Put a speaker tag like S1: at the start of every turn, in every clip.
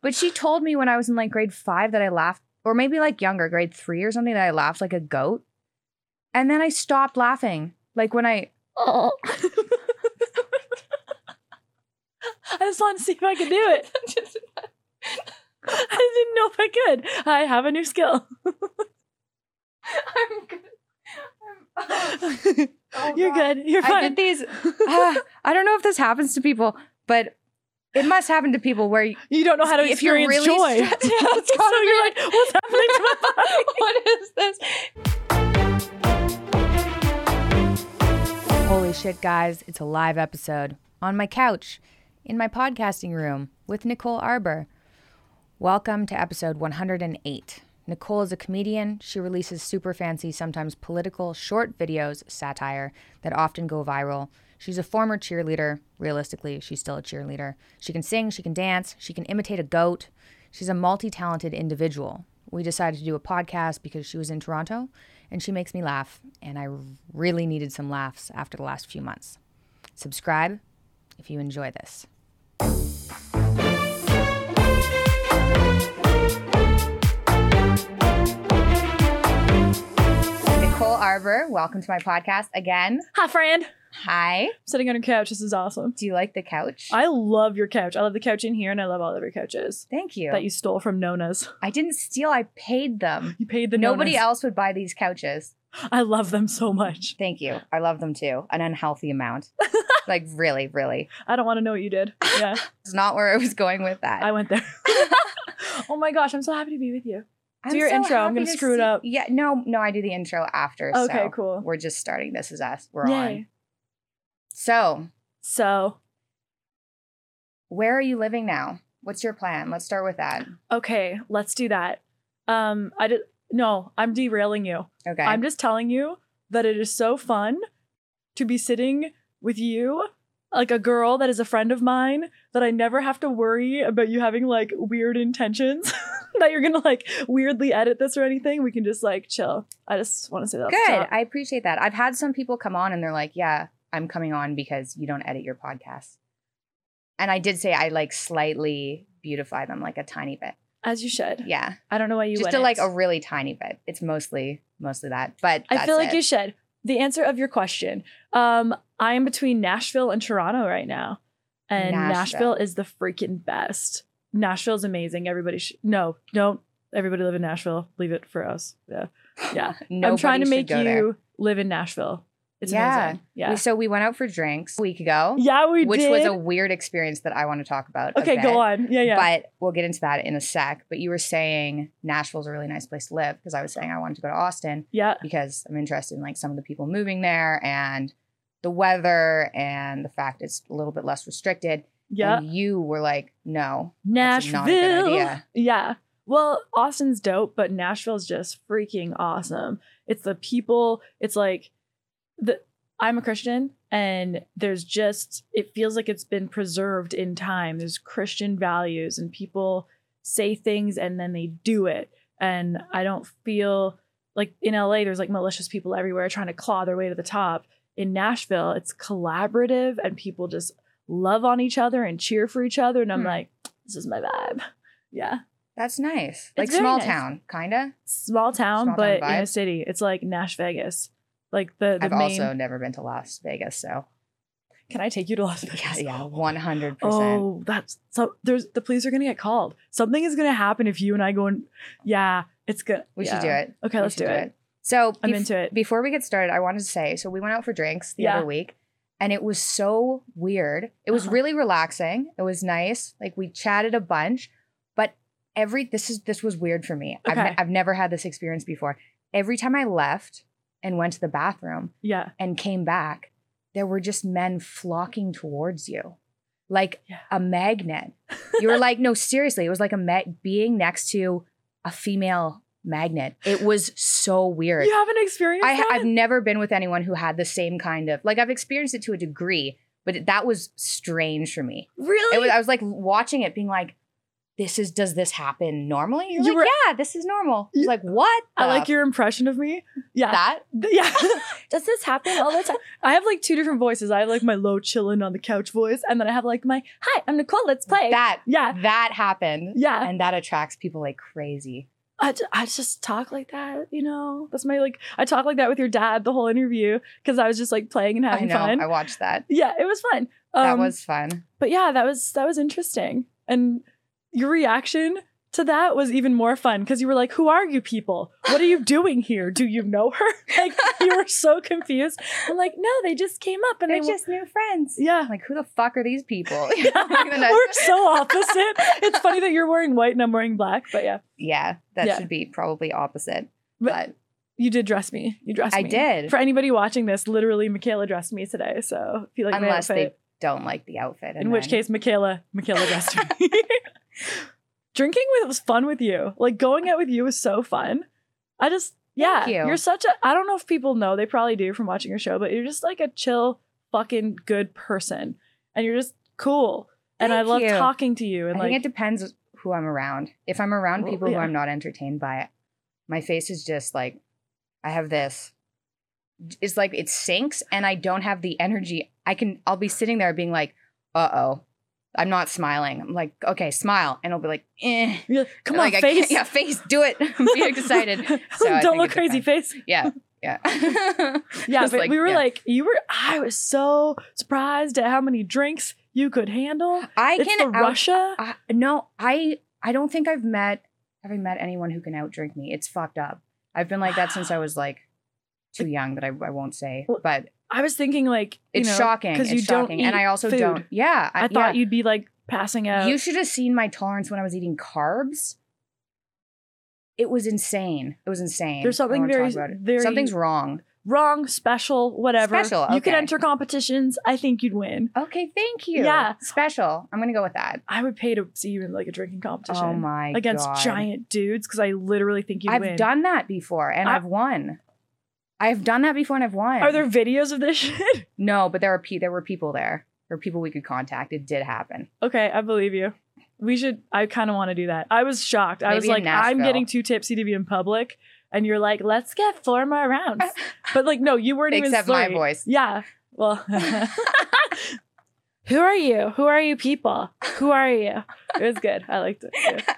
S1: But she told me when I was in like grade five that I laughed, or maybe like younger, grade three or something, that I laughed like a goat. And then I stopped laughing. Like when I,
S2: Oh. I just wanted to see if I could do it. I didn't know if I could. I have a new skill.
S1: I'm good. Oh,
S2: You're good. You're
S1: I
S2: fine.
S1: did these. ah, I don't know if this happens to people, but it must happen to people where you,
S2: you don't know how to
S1: if you're
S2: experience
S1: really
S2: joy.
S1: stressed
S2: Yeah,
S1: out, it's
S2: so
S1: gotta
S2: you're
S1: be
S2: like, what's happening to my body?
S1: what is this? Holy shit, guys, it's a live episode on my couch in my podcasting room with Nicole Arbor. Welcome to episode 108. Nicole is a comedian. She releases super fancy, sometimes political, short videos, satire that often go viral. She's a former cheerleader. Realistically, she's still a cheerleader. She can sing, she can dance, she can imitate a goat. She's a multi talented individual. We decided to do a podcast because she was in Toronto and she makes me laugh, and I really needed some laughs after the last few months. Subscribe if you enjoy this. Nicole Arbor, welcome to my podcast again.
S2: Hi, friend. I'm
S1: Hi.
S2: sitting on your couch. This is awesome.
S1: Do you like the couch?
S2: I love your couch. I love the couch in here, and I love all of your couches
S1: Thank you.
S2: that you stole from Nona's.
S1: I didn't steal, I paid them.
S2: You paid the
S1: Nobody
S2: Nonas.
S1: else would buy these couches.
S2: I love them so much.
S1: Thank you. I love them too. An unhealthy amount. like, really, really.
S2: I don't want to know what you did. Yeah,
S1: It's not where I was going with that.
S2: I went there. oh my gosh, I'm so happy to be with you.
S1: I'm
S2: Do your intro. I'm
S1: happy
S2: gonna
S1: to
S2: screw it
S1: see-
S2: up.
S1: Yeah, no, no, I do the intro after.
S2: Okay,
S1: so
S2: cool.
S1: We're just starting. This is us. We're on.
S2: Yay.
S1: So,
S2: So,
S1: where are you living now? What's your plan? Let's start with that.
S2: okay, let's do that. Um, I did no, I'm derailing you.
S1: Okay.
S2: I'm just telling you that it is so fun to be sitting with you, like a girl that is a friend of mine, that I never have to worry about you having like weird intentions, that you're gonna like weirdly edit this or anything. We can just like chill. I just want to say that. off the
S1: Good.
S2: top.
S1: I appreciate that. I've had some people come on and they're like, yeah, I'm coming on because you don't edit your podcast. And I did say I like slightly beautify them like a tiny bit.
S2: As you should.
S1: Yeah.
S2: I don't know why you
S1: just to
S2: wouldn't.
S1: like a really tiny bit. It's mostly mostly that. But
S2: I feel like
S1: it.
S2: you should. The answer of your question. Um, I am between Nashville and Toronto right now, and
S1: Nashville.
S2: Nashville, is the freaking best. Nashville's amazing. Everybody, sh- no, don't everybody live in Nashville. Leave it for us. Yeah, yeah. I'm trying
S1: Nobody
S2: to
S1: should
S2: make
S1: go
S2: you
S1: there.
S2: live in Nashville. It's
S1: Yeah.
S2: amazing. Yeah,
S1: So we went out for drinks a week ago.
S2: yeah. We
S1: which
S2: did.
S1: was a weird experience that I want to talk about. a
S2: okay.
S1: bit.
S2: Go on. Yeah, yeah.
S1: But we'll get into that in a sec. But you were saying Nashville's a really nice place to live because I was saying I wanted to go to Austin
S2: yeah.
S1: because I'm interested in like some of the people moving there and the weather and the fact it's a little bit less restricted.
S2: Yeah.
S1: And you were like, no. That's
S2: Nashville.
S1: not a good idea.
S2: Yeah. Well, Austin's dope, but Nashville's just freaking awesome. It's the people, it's like the I'm a Christian and there's just it feels like it's been preserved in time. There's Christian values and people say things and then they do it. And I don't feel like in LA there's like malicious people everywhere trying to claw their way to the top. In Nashville, it's collaborative and people just love on each other and cheer for each other and I'm
S1: Hmm.
S2: like this is my vibe. Yeah.
S1: That's nice. Like
S2: very
S1: small
S2: nice.
S1: town, kind of.
S2: Small town,
S1: Small town
S2: but in
S1: vibe.
S2: a city. It's like Nash Vegas. Like the, the
S1: I've
S2: main.
S1: also never been to Las Vegas. So,
S2: Can I take you to Las
S1: yeah,
S2: Vegas?
S1: yeah 100%.
S2: Oh, that's so. There's the police are gonna get called. Something is gonna happen if you and I go and. Yeah, it's good.
S1: we should do it.
S2: Okay,
S1: We
S2: let's
S1: should
S2: do it.
S1: So,
S2: I'm
S1: bef-
S2: into it.
S1: before we get started, I wanted to say so we went out for drinks the
S2: Yeah.
S1: other week and it was so weird. It was
S2: Uh-huh.
S1: really relaxing. It was nice. Like we chatted a bunch, but every this is this was weird for me. I've,
S2: Okay.
S1: ne- I've never had this experience before. Every time I left and went to the bathroom
S2: yeah.
S1: and came back, there were just men flocking towards you. Like
S2: Yeah.
S1: a magnet. You were like, no, seriously, it was like a ma- being next to a female magnet. It was so weird.
S2: You haven't experienced
S1: I,
S2: that.
S1: I've never been with anyone who had the same kind of like I've experienced it to a degree, but that was strange for me. It
S2: really.
S1: was, I was like watching it, being like, this is does this happen normally? You're
S2: You
S1: like,
S2: were-
S1: yeah, this is normal. I was
S2: You-
S1: like, what?
S2: I
S1: the
S2: like your impression of me. Yeah.
S1: that.
S2: Th- Yeah. Does this happen all the time? I have like two different voices. I have like my low chillin' on the couch voice, and then I have like my hi, I'm Nicole, let's play.
S1: That
S2: yeah.
S1: that happened.
S2: Yeah.
S1: And that attracts people like crazy.
S2: I, ju- I just talk like that, you know? That's my like, I talk like that with your dad the whole interview because I was just like playing and
S1: I
S2: having
S1: know.
S2: fun.
S1: I watched that.
S2: yeah, it was fun.
S1: That
S2: Um,
S1: was fun.
S2: but yeah, that was, that was interesting. And your reaction to that was even more fun because you were like, who are you people? What are you doing here? Do you know her? like, you were so confused. I'm like, no, they just came up and
S1: They're
S2: they wa-
S1: just new friends.
S2: yeah.
S1: I'm like, who the fuck are these people?
S2: We're so opposite. It's funny that you're wearing white and I'm wearing black, but yeah.
S1: yeah, that
S2: Yeah.
S1: should be probably opposite.
S2: But
S1: But
S2: you did dress me. You dressed
S1: I
S2: me.
S1: did.
S2: For anybody watching this, literally Michaela dressed me today. So if you like
S1: unless
S2: my
S1: they
S2: outfit,
S1: don't like the outfit.
S2: in which case Michaela, Michaela dressed me. Drinking with was fun with you. Like going out with you was so fun. I just yeah,
S1: Thank you.
S2: are such a I don't know if people know, they probably do from watching your show, but you're just like a chill fucking good person. And you're just cool. and I
S1: Thank
S2: love
S1: you.
S2: talking to you
S1: I
S2: and
S1: think
S2: like
S1: it depends who I'm around. If I'm around
S2: Well,
S1: people
S2: yeah.
S1: who I'm not entertained by, my face is just like, I have this. It's like it sinks, and I don't have the energy. I can. I'll be sitting there being like, "Uh oh, I'm not smiling." I'm like, "Okay, smile," and I'll be like, "Eh."
S2: You're like, come
S1: Like,
S2: on,
S1: I can't-
S2: face.
S1: yeah, face, do it. I'm being excited. So I
S2: Don't
S1: think
S2: look
S1: it
S2: crazy, face.
S1: Yeah, yeah,
S2: Yeah,
S1: It's
S2: but
S1: like,
S2: we were
S1: yeah.
S2: like, you were. I was so surprised at how many drinks you could handle.
S1: I
S2: it's
S1: can
S2: the
S1: out-
S2: Russia.
S1: I, no, I I don't think I've met have I met anyone who can outdrink me. It's fucked up. I've been like that since I was like too young that I, I won't say,
S2: Well,
S1: but
S2: I was thinking like, you
S1: it's
S2: know,
S1: shocking.
S2: 'cause
S1: It's
S2: you don't
S1: shocking, and
S2: eat
S1: I also
S2: food.
S1: don't. Yeah,
S2: I thought you'd be like passing out.
S1: You should have seen my tolerance when I was eating carbs. It was insane. It was insane.
S2: There's
S1: I don't
S2: something
S1: wanna
S2: very-
S1: talk about it.
S2: very-
S1: something's wrong.
S2: Wrong, special, whatever.
S1: Special,
S2: You could
S1: okay.
S2: enter competitions. I think you'd win.
S1: Okay, thank you.
S2: Yeah.
S1: special. I'm gonna go with that.
S2: I would pay to see you in like a drinking competition
S1: Oh my
S2: against
S1: God.
S2: giant dudes because I literally think you'd
S1: I've
S2: win.
S1: done that before and
S2: I-
S1: I, have won. I've done that before and I've won.
S2: Are there videos of this shit?
S1: No, but there were pe- there were people there. There were people we could contact. It did happen.
S2: Okay, I believe you. We should. I kind of want to do that. I was shocked. I
S1: Maybe
S2: was
S1: in
S2: like, I'm
S1: Nashville.
S2: getting too tipsy to be in public, and you're like, let's get four more rounds. but like, no, you weren't even
S1: Except my
S2: slurry.
S1: voice.
S2: Yeah. Well, who are you? Who are you people? Who are you? It was good. I liked it. too.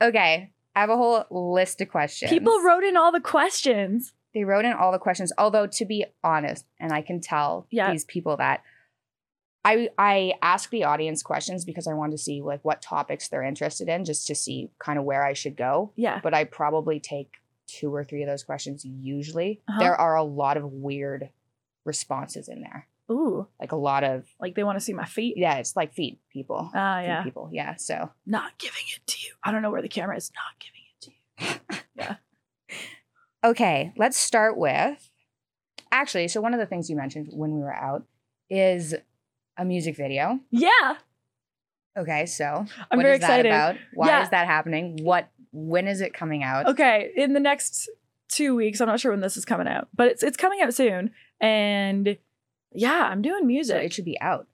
S1: Okay, I have a whole list of questions.
S2: People wrote in all the questions.
S1: they wrote in all the questions. Although to be honest, and I can tell
S2: Yeah.
S1: these people that I I ask the audience questions because I want to see like what topics they're interested in, just to see kind of where I should go.
S2: Yeah.
S1: But I probably take two or three of those questions usually.
S2: Uh-huh.
S1: There are a lot of weird responses in there.
S2: Ooh,
S1: Like a lot of
S2: like they want to see my feet.
S1: yeah, it's like feet people.
S2: Ah,
S1: Feet
S2: yeah.
S1: people. Yeah. So
S2: Not giving it to you. I don't know where the camera is. Not giving it to you.
S1: Okay, let's start with actually. So, one of the things you mentioned when we were out is a music video.
S2: Yeah,
S1: Okay, so
S2: I'm
S1: what
S2: very
S1: is
S2: excited.
S1: that about? Why
S2: Yeah.
S1: is that happening? What when is it coming out?
S2: Okay, in the next two weeks, I'm not sure when this is coming out, but it's it's coming out soon. And yeah, I'm doing
S1: So it
S2: music.
S1: should be out.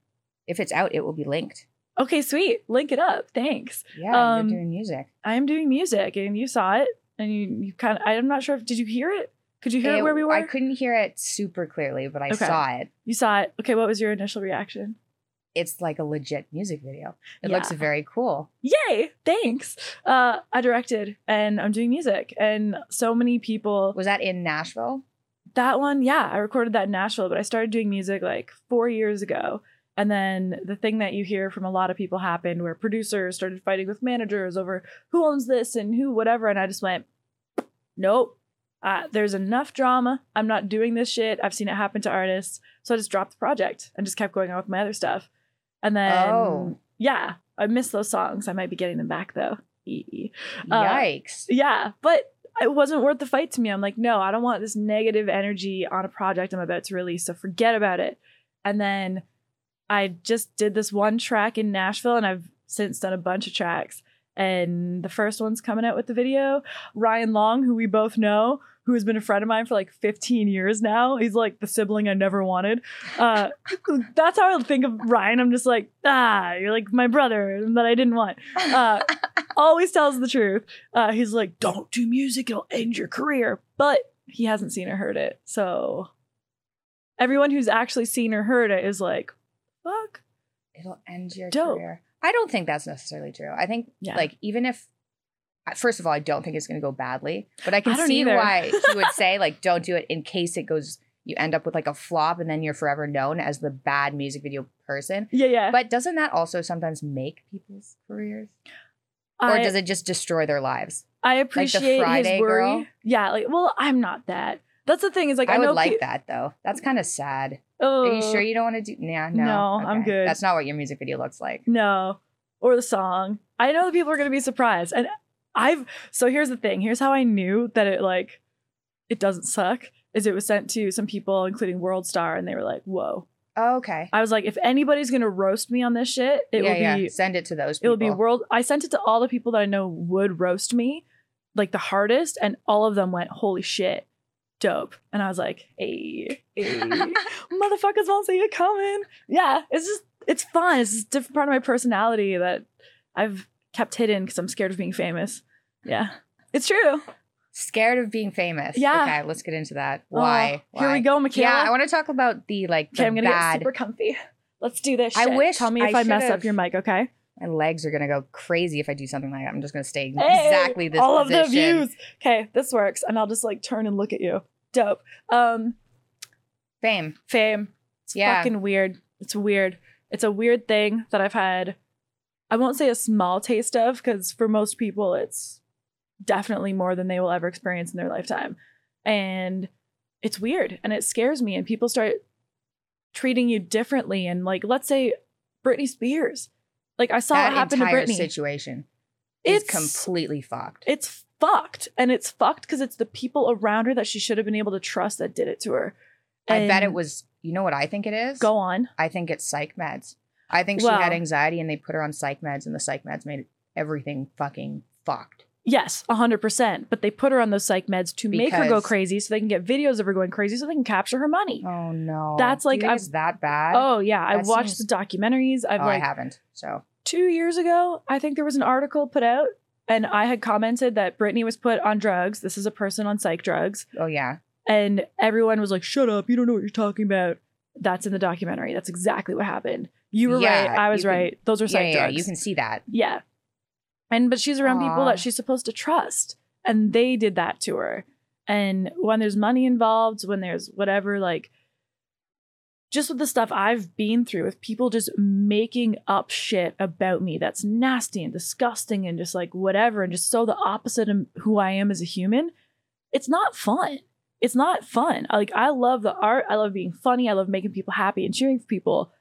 S1: If it's out, it will be linked.
S2: Okay, sweet. Link it up. Thanks.
S1: Yeah,
S2: Um,
S1: you're doing music.
S2: I am doing music, and you saw it, and you, you kind of. I'm not sure if did you hear it. Could you hear it,
S1: It-
S2: where we were?
S1: I couldn't hear it super clearly, but I
S2: Okay.
S1: saw it.
S2: you saw it. Okay, what was your initial reaction?
S1: It's like a legit music video. It
S2: Yeah.
S1: looks very cool.
S2: Yay! Thanks. Uh, I directed, and I'm doing music, and so many people.
S1: Was that in Nashville?
S2: that one, yeah, I recorded that in Nashville, but I started doing music like four years ago. And then the thing that you hear from a lot of people happened where producers started fighting with managers over who owns this and who whatever. And I just went, nope, uh, there's enough drama. I'm not doing this shit. I've seen it happen to artists. So I just dropped the project and just kept going on with my other stuff. And then,
S1: Oh.
S2: yeah, I missed those songs. I might be getting them back though. Ee. Uh,
S1: Yikes!
S2: Yeah, but it wasn't worth the fight to me. I'm like, no, I don't want this negative energy on a project I'm about to release, so forget about it. And then I just did this one track in Nashville, and I've since done a bunch of tracks. And the first one's coming out with the video. Ryan Long, who we both know, who has been a friend of mine for like 15 years now. He's like the sibling I never wanted. Uh, that's how I think of Ryan. I'm just like, ah, you're like my brother that I didn't want uh, always tells the truth. Uh, he's like, don't do music, it'll end your career. But he hasn't seen or heard it. So everyone who's actually seen or heard it is like, fuck.
S1: It'll end your
S2: Dope.
S1: career. I don't think that's necessarily true. I think
S2: Yeah.
S1: like even if first of all, I don't think it's going to go badly, but I can
S2: I don't
S1: see
S2: either.
S1: why he would say like don't do it in case it goes you end up with like a flop and then you're forever known as the bad music video person.
S2: Yeah, yeah.
S1: But doesn't that also sometimes make people's careers? Or
S2: I,
S1: does it just destroy their lives?
S2: I appreciate
S1: Friday
S2: his worry.
S1: girl?
S2: Yeah, like, well, I'm not that. That's the thing is like I,
S1: I
S2: know
S1: would like
S2: pe-
S1: that though. That's kind of sad.
S2: Oh,
S1: Are you sure you don't want to do? Nah, no.
S2: No, I'm good.
S1: That's not what your music video looks like.
S2: No, or the song. I know that people are going to be surprised. And I've, so here's the thing here's how I knew that it like, it doesn't suck is it was sent to some people, including World Star, and they were like, whoa.
S1: Oh, okay.
S2: I was like, if anybody's going to roast me on this shit, it
S1: yeah,
S2: will
S1: yeah.
S2: be,
S1: Send it to those.
S2: it
S1: People.
S2: will be world. I sent it to all the people that I know would roast me like the hardest, and all of them went, holy shit. Dope. And I was like, hey, motherfuckers won't see it coming. Yeah, it's just it's fun. It's just a different part of my personality that I've kept hidden because I'm scared of being famous. Yeah, it's true. Oh,
S1: Scared of being famous.
S2: Yeah.
S1: Okay, let's get into that. Why?
S2: Oh, Here
S1: Why?
S2: we go, Michaela.
S1: Yeah, I want to talk about the like the
S2: okay, I'm gonna get
S1: bad.
S2: super comfy. Let's do this.
S1: I
S2: shit.
S1: wish
S2: Tell me
S1: I
S2: if I, mess
S1: should've-
S2: up your mic. Okay.
S1: My legs are gonna go crazy if I do something like that. I'm just gonna stay
S2: Hey,
S1: exactly this
S2: All
S1: position.
S2: of the views. Okay, this works, and I'll just like turn and look at you. Dope. Um,
S1: Fame.
S2: fame. It's
S1: Yeah.
S2: fucking weird. It's weird. It's a weird thing that I've had. I won't say a small taste of because for most people, it's definitely more than they will ever experience in their lifetime. And it's weird and it scares me. And people start treating you differently. And like, let's say Britney Spears. Like, I saw
S1: that
S2: what happened to
S1: entire
S2: Britney.
S1: situation is
S2: it's
S1: completely fucked.
S2: it's fucked. And it's fucked because it's the people around her that she should have been able to trust that did it to her.
S1: I bet it
S2: And-
S1: was. You know what I think it is?
S2: Go on.
S1: I think it's psych meds. I think she
S2: Well-
S1: had anxiety and they put her on psych meds and the psych meds made everything fucking fucked.
S2: Yes, 100%. But they put her on those psych meds to make her go
S1: Because-
S2: crazy so they can get videos of her going crazy so they can capture her money.
S1: Oh no.
S2: That's
S1: Do you
S2: like
S1: think
S2: I've-
S1: it's that bad.
S2: Oh, yeah. I
S1: That
S2: watched
S1: seems-
S2: the documentaries. I've
S1: Oh,
S2: like
S1: I haven't. So
S2: two years ago, I think there was an article put out and I had commented that Britney was put on drugs. This is a person on psych drugs.
S1: oh yeah.
S2: And everyone was like, shut up. You don't know what you're talking about. That's in the documentary. That's exactly what happened. You were
S1: Yeah,
S2: right. I was
S1: you can-
S2: right. Those were
S1: Yeah,
S2: psych
S1: yeah, yeah,
S2: drugs.
S1: you can see that.
S2: Yeah. And but she's around people
S1: Aw.
S2: that she's supposed to trust. And they did that to her. And when there's money involved, when there's whatever, like just with the stuff I've been through, with people just making up shit about me that's nasty and disgusting and just like whatever, and just so the opposite of who I am as a human, it's not fun. It's not fun. I- Like I love the art, I love being funny, I love making people happy and cheering for people.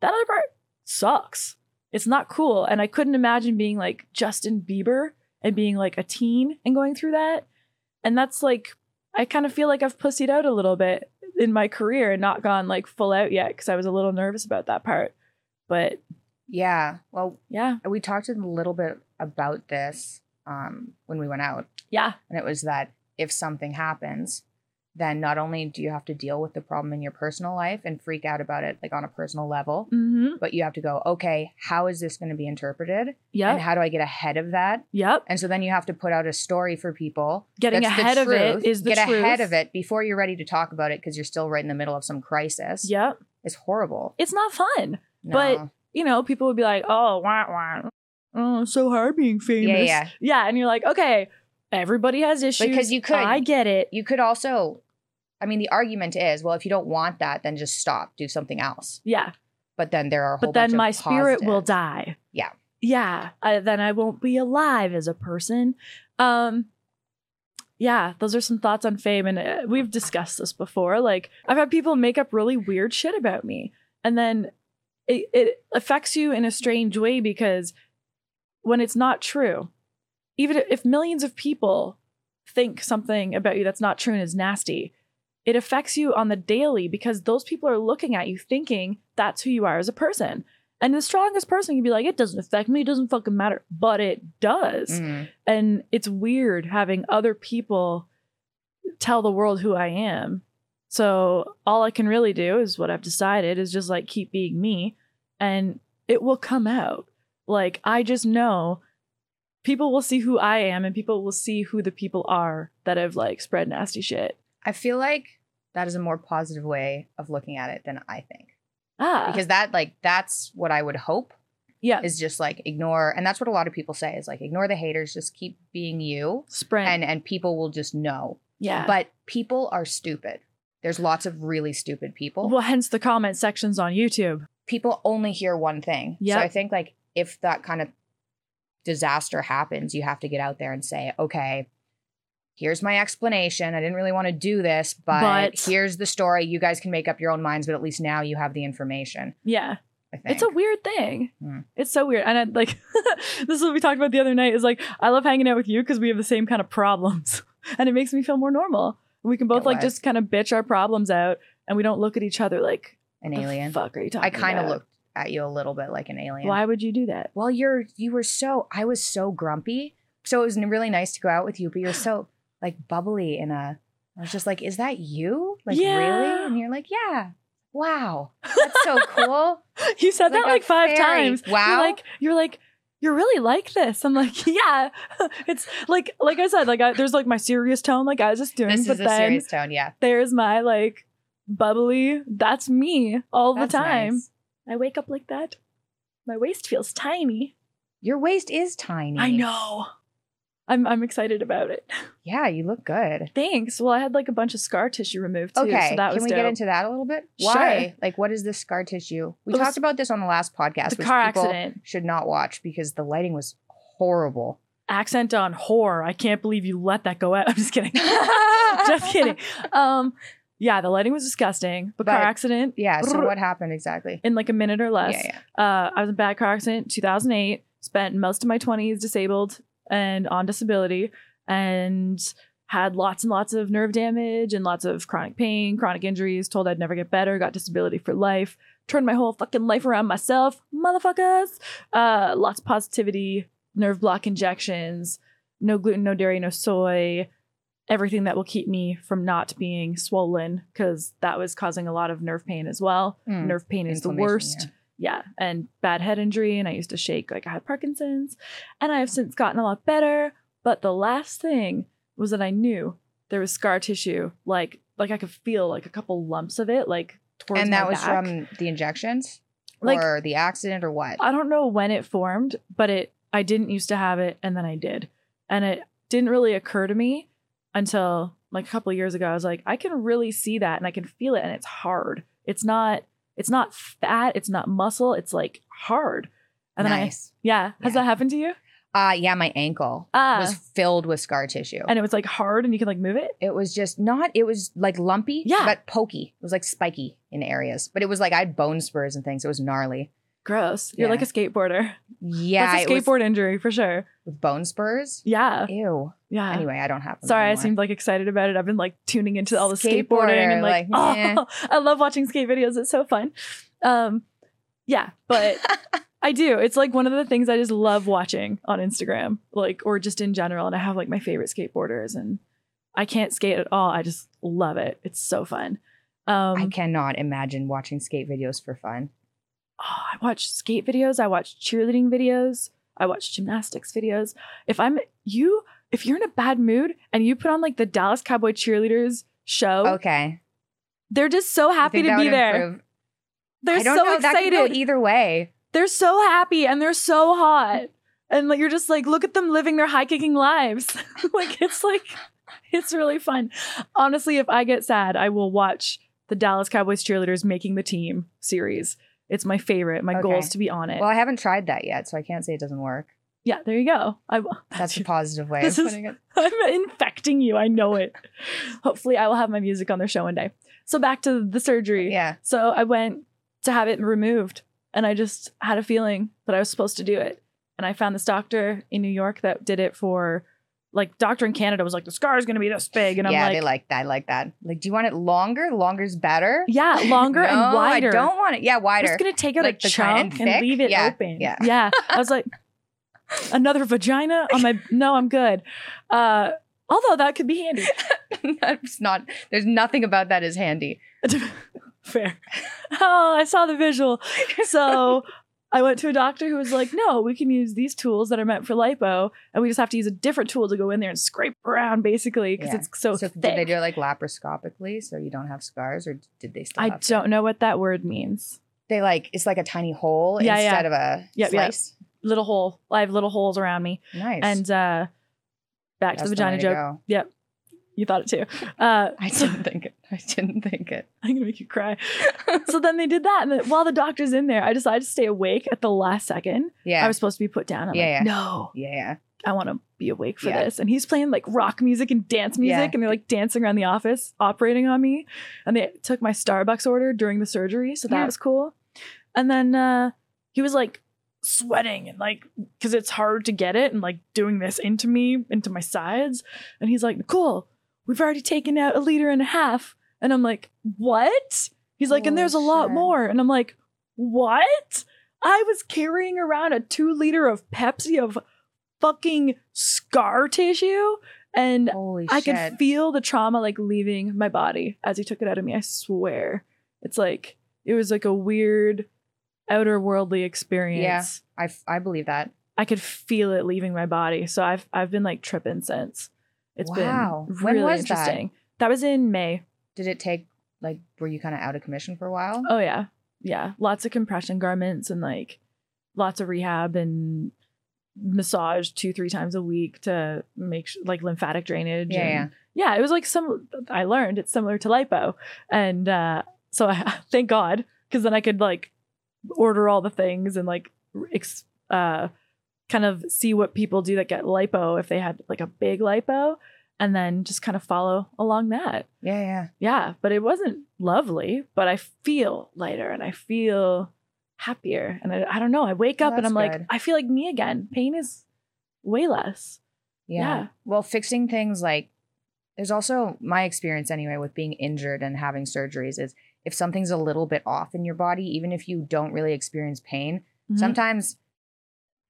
S2: That other part sucks it's not cool. And I couldn't imagine being like Justin Bieber and being like a teen and going through that. And that's like, I kind of feel like I've pussied out a little bit in my career and not gone like full out yet because I was a little nervous about that part. But
S1: Yeah. Well,
S2: yeah,
S1: we talked a little bit about this um, when we went out,
S2: yeah,
S1: and it was that if something happens, then not only do you have to deal with the problem in your personal life and freak out about it like on a personal level,
S2: mm-hmm.
S1: but you have to go, okay, how is this going to be interpreted? And
S2: yep,
S1: how do I get ahead of that?
S2: yep.
S1: And so then you have to put out a story for people.
S2: Getting
S1: That's the
S2: ahead of it
S1: truth.
S2: is the
S1: Get
S2: truth.
S1: ahead of it before you're ready to talk about it because you're still right in the middle of some crisis.
S2: Yep,
S1: It's horrible.
S2: it's not fun.
S1: No.
S2: But- You know, people would be like, "Oh, wah, wah. oh, it's so hard being famous."
S1: yeah, yeah.
S2: yeah. And you're like, "Okay, everybody has issues
S1: Because you could-
S2: I get it.
S1: You could also, I mean, the argument is, well, if you don't want that, then just stop, do something else.
S2: Yeah,
S1: But then there are a whole
S2: but then
S1: bunch
S2: my
S1: of
S2: spirit will
S1: positives.
S2: die.
S1: Yeah.
S2: Yeah. I, then I won't be alive as a person. Um, yeah, those are some thoughts on fame. And uh, we've discussed this before. Like, I've had people make up really weird shit about me. And then it, it affects you in a strange way because when it's not true, even if millions of people think something about you that's not true and is nasty, it affects you on the daily because those people are looking at you thinking that's who you are as a person. And the strongest person can be like, it doesn't affect me, it doesn't fucking matter, but it does.
S1: Mm.
S2: And it's weird having other people tell the world who I am. So all I can really do is what I've decided is just like keep being me and it will come out. Like I just know people will see who I am and people will see who the people are that have like spread nasty shit.
S1: I feel like that is a more positive way of looking at it than I think.
S2: Ah,
S1: Because that like that's what I would hope
S2: yeah,
S1: is just like ignore and that's what a lot of people say is like ignore the haters, just keep being you
S2: sprint.
S1: and and people will just know.
S2: yeah,
S1: But people are stupid. There's lots of really stupid people.
S2: well, hence the comment sections on YouTube.
S1: people only hear one thing.
S2: Yep.
S1: So I think like if that kind of disaster happens, you have to get out there and say, okay, here's my explanation. I didn't really want to do this, but,
S2: But-
S1: here's the story. You guys can make up your own minds, but at least now you have the information.
S2: Yeah,
S1: I think.
S2: it's a weird thing.
S1: Mm.
S2: It's so weird. And I, like, this is what we talked about the other night is like, I love hanging out with you because we have the same kind of problems and it makes me feel more normal. We can both
S1: It
S2: like
S1: was.
S2: just kind of bitch our problems out and we don't look at each other like,
S1: an
S2: "The
S1: alien.
S2: fuck are you talking
S1: I kind of
S2: about?"
S1: looked at you a little bit like an alien.
S2: Why would you do that?
S1: Well, you're you were so I was so grumpy. So it was really nice to go out with you, but you're so like bubbly and uh I was just like, is that you? Like really?
S2: Yeah.
S1: And you're like, yeah. Wow. That's so cool.
S2: You said that
S1: a
S2: like five
S1: fairy.
S2: times.
S1: Wow.
S2: You're like, you're like, you're really like this. I'm like, yeah. it's like, like I said, like I, there's like my serious tone, like I was just doing,
S1: this
S2: but
S1: is a
S2: then
S1: serious tone, yeah.
S2: there's my like bubbly. That's me all
S1: That's
S2: the time.
S1: nice.
S2: I wake up like that. My waist feels tiny.
S1: Your waist is tiny.
S2: I know. I'm I'm excited about it.
S1: Yeah, you look good.
S2: Thanks. Well, I had like a bunch of scar tissue removed too,
S1: okay,
S2: so that
S1: can
S2: was
S1: we
S2: dope.
S1: get into that a little bit?
S2: Sure.
S1: Why? Like, what is this scar tissue? We
S2: It was-
S1: talked about this on the last podcast.
S2: the
S1: which
S2: car
S1: people
S2: accident.
S1: should not watch because the lighting was horrible.
S2: Accent on whore. I can't believe you let that go out. I'm just kidding. just kidding. Um, yeah, the lighting was disgusting. But, car
S1: But-
S2: accident
S1: Yeah. So what happened exactly?
S2: in like a minute or less.
S1: Yeah, yeah.
S2: Uh, I was in a bad car accident, 2008. Spent most of my 20s disabled and on disability, and had lots and lots of nerve damage and lots of chronic pain, chronic injuries. Told I'd never get better. Got disability for life. Turned my whole fucking life around myself, motherfuckers. Uh, lots of positivity, nerve block injections, no gluten, no dairy, no soy. Everything that will keep me from not being swollen because that was causing a lot of nerve pain as well.
S1: Mm.
S2: Nerve pain is the
S1: Inflammation,
S2: worst
S1: yeah.
S2: yeah, and bad head injury, and I used to shake like I had Parkinson's, and I have since gotten a lot better. But the last thing was that I knew there was scar tissue, like like I could feel like a couple lumps of it, like towards
S1: and that
S2: my
S1: was
S2: back.
S1: from the injections
S2: Like-
S1: or the accident or what?
S2: I don't know when it formed, but it I didn't used to have it, and then I did, and it didn't really occur to me until like a couple of years ago. I was like, I can really see that, and I can feel it, and it's hard. It's not it's not fat, it's not muscle, it's like hard. And then I
S1: nice.
S2: Yeah. Has
S1: Yeah.
S2: that happened to you?
S1: uh, yeah, my ankle
S2: Ah.
S1: was filled with scar tissue.
S2: and it was like hard and you could like move it?
S1: it was just not. It was like lumpy,
S2: Yeah.
S1: but pokey. It was like spiky in areas, but it was like I had bone spurs and things. It was gnarly.
S2: Gross. You're
S1: Yeah.
S2: like a skateboarder.
S1: Yeah,
S2: That's a
S1: it was
S2: skateboard injury for sure.
S1: with bone spurs.
S2: Yeah.
S1: Ew.
S2: Yeah.
S1: Anyway, I don't have. Them
S2: Sorry, I
S1: anymore.
S2: seemed like excited about it. I've been like tuning into all the skateboarding
S1: Skateboarder,
S2: and like,
S1: like, meh.
S2: oh, I love watching skate videos. It's so fun. Um, yeah, but I do. It's like one of the things I just love watching on Instagram, like or just in general. And I have like my favorite skateboarders, and I can't skate at all. I just love it. It's so fun. Um,
S1: I cannot imagine watching skate videos for fun.
S2: oh, I watch skate videos, I watch cheerleading videos, I watch gymnastics videos. If I'm you, if you're in a bad mood and you put on like the Dallas Cowboy cheerleaders show,
S1: Okay,
S2: they're just so
S1: You
S2: happy
S1: think that
S2: to be
S1: would
S2: there.
S1: improve?
S2: They're
S1: I don't
S2: so
S1: know.
S2: excited.
S1: That could go e- either way.
S2: they're so happy and they're so hot. And like you're just like, look at them living their high kicking lives. like it's like it's really fun. Honestly, if I get sad, I will watch the Dallas Cowboys cheerleaders making the team series. It's my favorite. My goal
S1: Okay.
S2: is to be on it.
S1: Well, I haven't tried that yet, so I can't say it doesn't work.
S2: yeah, there you go. I,
S1: That's a positive way
S2: This
S1: of
S2: is-
S1: putting it.
S2: I'm infecting you. I know it. Hopefully, I will have my music on their show one day. So back to the surgery.
S1: Yeah.
S2: So I went to have it removed, and I just had a feeling that I was supposed to do it. And I found this doctor in New York that did it for, like, doctor in Canada was like, the scar is going to be this big, and I'm
S1: yeah,
S2: like,
S1: they like that. I like that. Like, do you want it longer? Longer's better.
S2: yeah, longer
S1: No,
S2: and wider.
S1: I don't want it. Yeah,
S2: I'm
S1: wider.
S2: just going to take out
S1: Like
S2: a
S1: the kind and
S2: chunk and,
S1: thick?
S2: leave it
S1: Yeah,
S2: open.
S1: yeah.
S2: yeah. I was like, another vagina on my. No, I'm good. Uh, although that could be handy.
S1: That's not. There's nothing about that is handy.
S2: Fair. Oh, I saw the visual. So I went to a doctor who was like, no, we can use these tools that are meant for lipo, and we just have to use a different tool to go in there and scrape around basically because
S1: Yeah.
S2: it's so,
S1: So
S2: thick.
S1: did they do it like laparoscopically so you don't have scars, or did they still?
S2: I
S1: have-
S2: don't know what that word means.
S1: They like it's like a tiny hole
S2: Yeah, yeah.
S1: instead of a
S2: Yep, yep.
S1: slice.
S2: Little hole. I have little holes around me.
S1: Nice.
S2: And uh back
S1: That's
S2: to the
S1: way
S2: vagina
S1: to
S2: joke.
S1: go.
S2: You thought it too. Uh
S1: I didn't think it. I didn't think it.
S2: I'm gonna make you cry. so then they did that, and the, while the doctor's in there, I decided to stay awake at the last second.
S1: Yeah.
S2: I was supposed to be put down. I'm
S1: Yeah,
S2: like,
S1: yeah.
S2: no,
S1: yeah.
S2: I want to be awake for
S1: Yeah.
S2: this. And he's playing like rock music and dance music,
S1: Yeah.
S2: and they're like dancing around the office, operating on me. And they took my Starbucks order during the surgery, so that
S1: Yeah.
S2: was cool. And then uh, he was like sweating and like because it's hard to get it and like doing this into me, into my sides. And he's like, Nicole, we've already taken out a liter and a half. And I'm like, what? He's like, and
S1: Oh,
S2: there's a lot
S1: shit.
S2: more. And I'm like, what? I was carrying around a two liter of Pepsi of fucking scar tissue. And
S1: Holy
S2: I
S1: shit.
S2: could feel the trauma like leaving my body as he took it out of me. I swear. It's like, it was like a weird outer worldly experience.
S1: I, f- I believe that.
S2: I could feel it leaving my body. So I've I've been like tripping since. It's
S1: Wow.
S2: been
S1: When
S2: really
S1: was that?
S2: interesting. That? was in May.
S1: Did it take like were you kind of out of commission for a while?
S2: Oh yeah. Yeah. Lots of compression garments and like lots of rehab and massage two, three times a week to make sh- like lymphatic drainage.
S1: yeah,
S2: and-
S1: yeah.
S2: yeah, it was like some I learned it's similar to lipo, and uh, so I thank God because then I could like order all the things and like ex- uh, kind of see what people do that get lipo if they had like a big lipo, and then just kind of follow along that.
S1: Yeah, yeah.
S2: Yeah, but it wasn't lovely, but I feel lighter and I feel happier, and I, I don't know. I wake
S1: Well,
S2: up and
S1: that's
S2: I'm like
S1: good.
S2: I feel like me again. Pain is way less.
S1: Yeah.
S2: Yeah.
S1: Well, fixing things like there's also my experience anyway with being injured and having surgeries is if something's a little bit off in your body, even if you don't really experience pain,
S2: Mhm.
S1: sometimes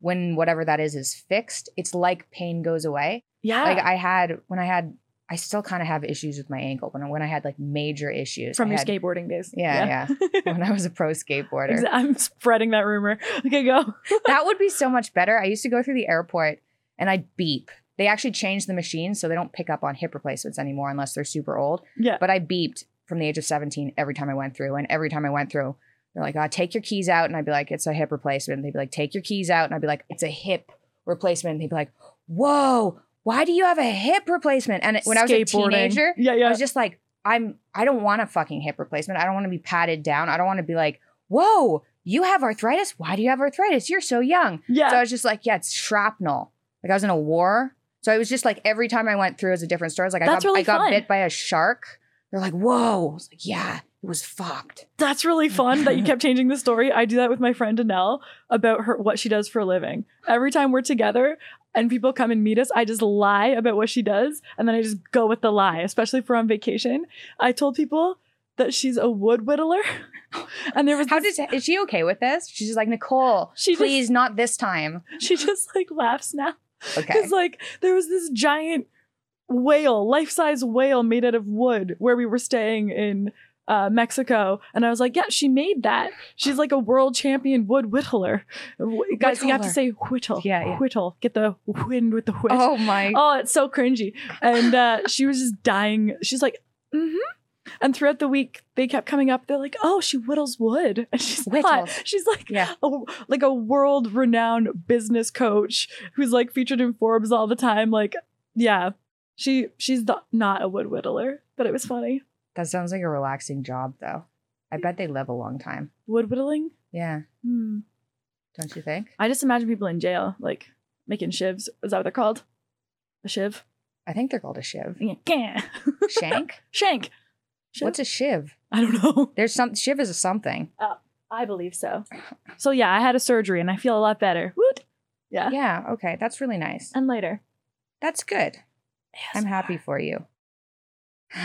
S1: when whatever that is is fixed, it's like pain goes away.
S2: yeah,
S1: Like I had when I had I still kind of have issues with my ankle, but when I had like major issues
S2: from
S1: I
S2: your
S1: had-
S2: skateboarding days.
S1: Yeah, yeah. when I was a pro skateboarder.
S2: Exa- I'm spreading that rumor. Okay, go.
S1: that would be so much better. I used to go through the airport and I'd beep. They actually changed the machine so they don't pick up on hip replacements anymore unless they're super old.
S2: Yeah.
S1: But I beeped from the age of 17 every time I went through. And every time I went through, they're like, oh, take your keys out. And I'd be like, it's a hip replacement. And they'd be like, take your keys out. And I'd be like, it's a hip replacement. And they'd be like, whoa, why do you have a hip replacement? And it- when I was a
S2: Skateboarding.
S1: teenager,
S2: yeah, yeah,
S1: I was just like, I'm I don't want a fucking hip replacement. I don't want to be patted down. I don't want to be like, whoa, you have arthritis? Why do you have arthritis? You're so young.
S2: yeah.
S1: So I was just like, yeah, it's shrapnel. Like I was in a war. So it was just like every time I went through it was a different story. It's like
S2: That's
S1: I got
S2: really
S1: I got
S2: fun.
S1: bit by a shark. They're like, whoa. I was like, yeah, it was fucked.
S2: That's really fun that you kept changing the story. I do that with my friend Anel about her what she does for a living. Every time we're together and people come and meet us, I just lie about what she does, and then I just go with the lie. Especially if we're on vacation, I told people that she's a wood whittler, and there was
S1: How
S2: this-
S1: does is she okay with this? She's just like, Nicole,
S2: She just-
S1: please not this time.
S2: she just like laughs now.
S1: Okay.
S2: Because like there was this giant whale, life-size whale made out of wood where we were staying in uh, Mexico, and I was like, "Yeah, she made that. She's like a world champion wood whittler." W- Guys, you have to
S1: Whittler.
S2: say whittle,
S1: Yeah, yeah.
S2: whittle. Get the wind with the whit.
S1: Oh my
S2: Oh, it's so cringy. And uh, she was just dying. She's like, mm-hmm. And throughout the week, they kept coming up. They're like, "Oh, she whittles wood," and she's not.
S1: Whittles.
S2: She's like,
S1: Yeah.
S2: a, like a world-renowned business coach who's like featured in Forbes all the time. Like, yeah, she she's the, not a wood whittler, but it was funny.
S1: That sounds like a relaxing job though. I bet they live a long time.
S2: Wood whittling.
S1: Yeah.
S2: Hmm.
S1: Don't you think?
S2: I just imagine people in jail, like making shivs. Is that what they're called? A shiv?
S1: I think they're called a shiv.
S2: Yeah.
S1: Shank?
S2: Shank. Shiv?
S1: What's a shiv?
S2: I don't know.
S1: There's some shiv is a something.
S2: I believe so. So yeah, I had a surgery and I feel a lot better. Woot. Yeah. Uh,
S1: Yeah, okay. That's really nice.
S2: And later.
S1: That's good. I'm happy for you.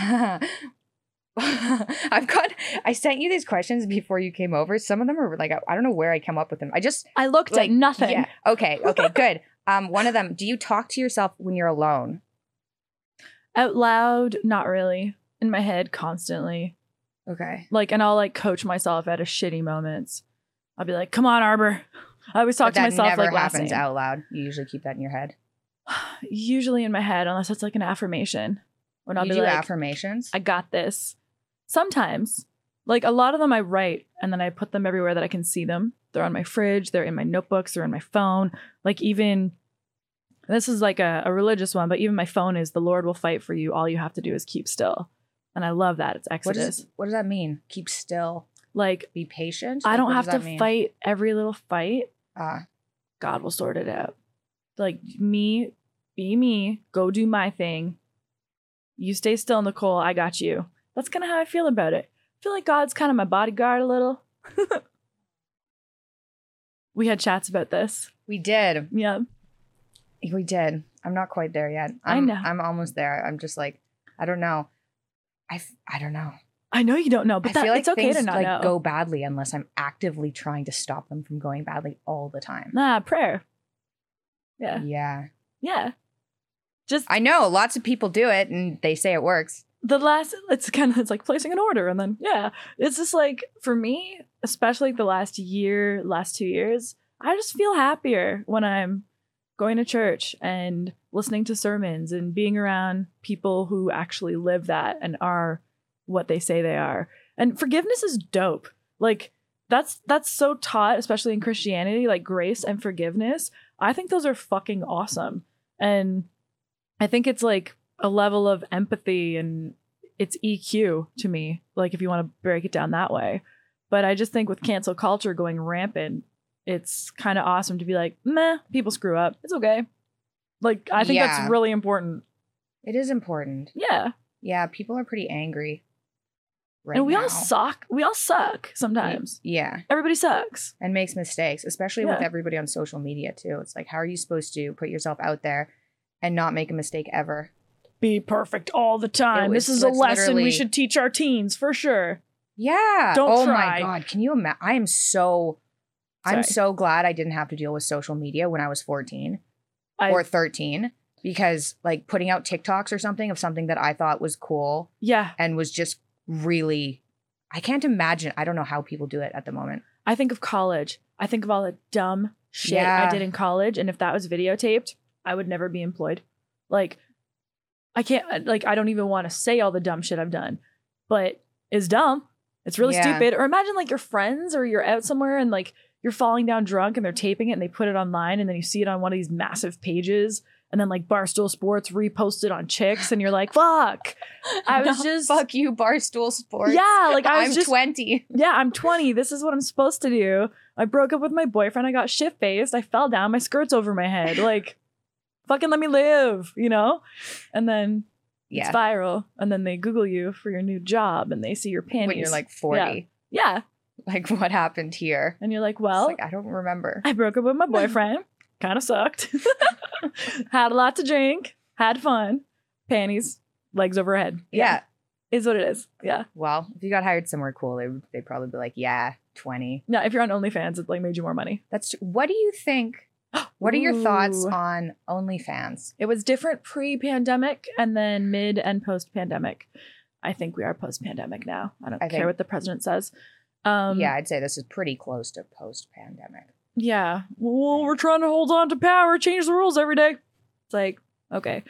S1: I've got I sent you these questions before you came over. Some of them are like I, I don't know where I come up with them. I just
S2: I looked
S1: Like,
S2: at nothing.
S1: yeah. Okay, okay, good. Um one of them, do you talk to yourself when you're alone?
S2: Out loud, not really. In my head constantly.
S1: Okay.
S2: Like and I'll like coach myself out of shitty moments. I'll be like, "Come on, Arbor." I always talk
S1: But
S2: to
S1: that
S2: myself
S1: never
S2: like last
S1: happens
S2: name.
S1: out loud. You usually keep that in your head.
S2: Usually in my head, unless it's like an affirmation, when I'll
S1: you
S2: be
S1: do
S2: like,
S1: affirmations.
S2: I got this. Sometimes, like a lot of them I write and then I put them everywhere that I can see them. They're on my fridge, they're in my notebooks, they're in my phone. Like, even this is like a, a religious one, but even my phone is the Lord will fight for you. All you have to do is keep still. And I love that. It's
S1: what,
S2: Exodus.
S1: does, what does that mean? Keep still.
S2: like,
S1: Be patient.
S2: I
S1: Like,
S2: don't
S1: what
S2: have
S1: does that
S2: to
S1: mean?
S2: fight every little fight.
S1: Ah,
S2: God will sort it out. Like me, be me, go do my thing. You stay still, Nicole. I got you. That's kind of how I feel about it. I feel like God's kind of my bodyguard a little. we had chats about this.
S1: we did.
S2: Yeah.
S1: We did. I'm not quite there yet.
S2: I
S1: I'm,
S2: know.
S1: I'm almost there. I'm just like, I don't know. I, f- I don't know.
S2: I know you don't know, but
S1: I
S2: that,
S1: feel like
S2: it's okay
S1: things
S2: to not
S1: like
S2: know.
S1: go badly unless I'm actively trying to stop them from going badly all the time.
S2: Nah, prayer. Yeah.
S1: Yeah.
S2: Yeah. Just
S1: I know lots of people do it and they say it works.
S2: the last it's kind of it's like placing an order and then yeah it's just like for me especially the last year last two years i just feel happier when i'm going to church and listening to sermons and being around people who actually live that and are what they say they are and forgiveness is dope like that's that's so taught especially in christianity like grace and forgiveness i think those are fucking awesome and i think it's like a level of empathy and it's EQ to me, like if you want to break it down that way. But I just think with cancel culture going rampant, it's kind of awesome to be like, meh, people screw up. It's okay. Like, I think
S1: Yeah.
S2: that's really important.
S1: It is important.
S2: Yeah.
S1: Yeah, people are pretty angry. Right.
S2: and we
S1: now.
S2: all suck. We all suck sometimes.
S1: Yeah.
S2: Everybody sucks.
S1: And makes mistakes, especially with
S2: Yeah.
S1: everybody on social media too. It's like, how are you supposed to put yourself out there and not make a mistake ever?
S2: Be perfect all the time.
S1: was- that's literally-
S2: teach our teens for sure.
S1: Yeah.
S2: Don't
S1: oh
S2: try.
S1: my god, can you imagine? I am so
S2: Sorry.
S1: I'm so glad I didn't have to deal with social media when I was 14
S2: I,
S1: or 13 because like putting out TikToks or something of something that I thought was cool
S2: yeah.
S1: and was just really I can't imagine. I don't know how people do it at the moment.
S2: I think of college. I think of all the dumb shit I
S1: Yeah.
S2: did in college. And if that was videotaped, I would never be employed. Like, I can't, like, I don't even want to say all the dumb shit I've done, but it's dumb. It's really
S1: Yeah.
S2: stupid. Or imagine like your friends or you're out somewhere and like you're falling down drunk and they're taping it and they put it online and then you see it on one of these massive pages and then like Barstool Sports reposted on chicks and you're like, fuck. I was just,
S1: fuck you, barstool sports.
S2: yeah, like I was
S1: I'm
S2: just
S1: 20.
S2: yeah, I'm 20. This is what I'm supposed to do. I broke up with my boyfriend. I got shit faced. I fell down. My skirt's over my head. Like, fucking let me live, you know? And then
S1: Yeah,
S2: it's viral. And then they Google you for your new job and they see your panties.
S1: when you're like 40,
S2: yeah.
S1: like what happened here?
S2: And you're like,
S1: It's
S2: well,
S1: like I don't remember.
S2: I broke up with my boyfriend. kind of sucked. had a lot to drink. Had fun. Panties, legs over head.
S1: yeah.
S2: Is what it is. Yeah.
S1: Well, if you got hired somewhere cool, they would they'd probably be like, yeah, 20.
S2: No, if you're on OnlyFans, it like made you more money.
S1: That's what do you think? What are your thoughts
S2: Ooh.
S1: on OnlyFans?
S2: It was different pre pandemic and then mid and post pandemic. I think we are post pandemic now. I don't
S1: I
S2: care
S1: think-
S2: what the president says. Um,
S1: yeah, I'd say this is pretty close to post-pandemic.
S2: Yeah. Well, we're trying to hold on to power, change the rules every day. It's like, okay.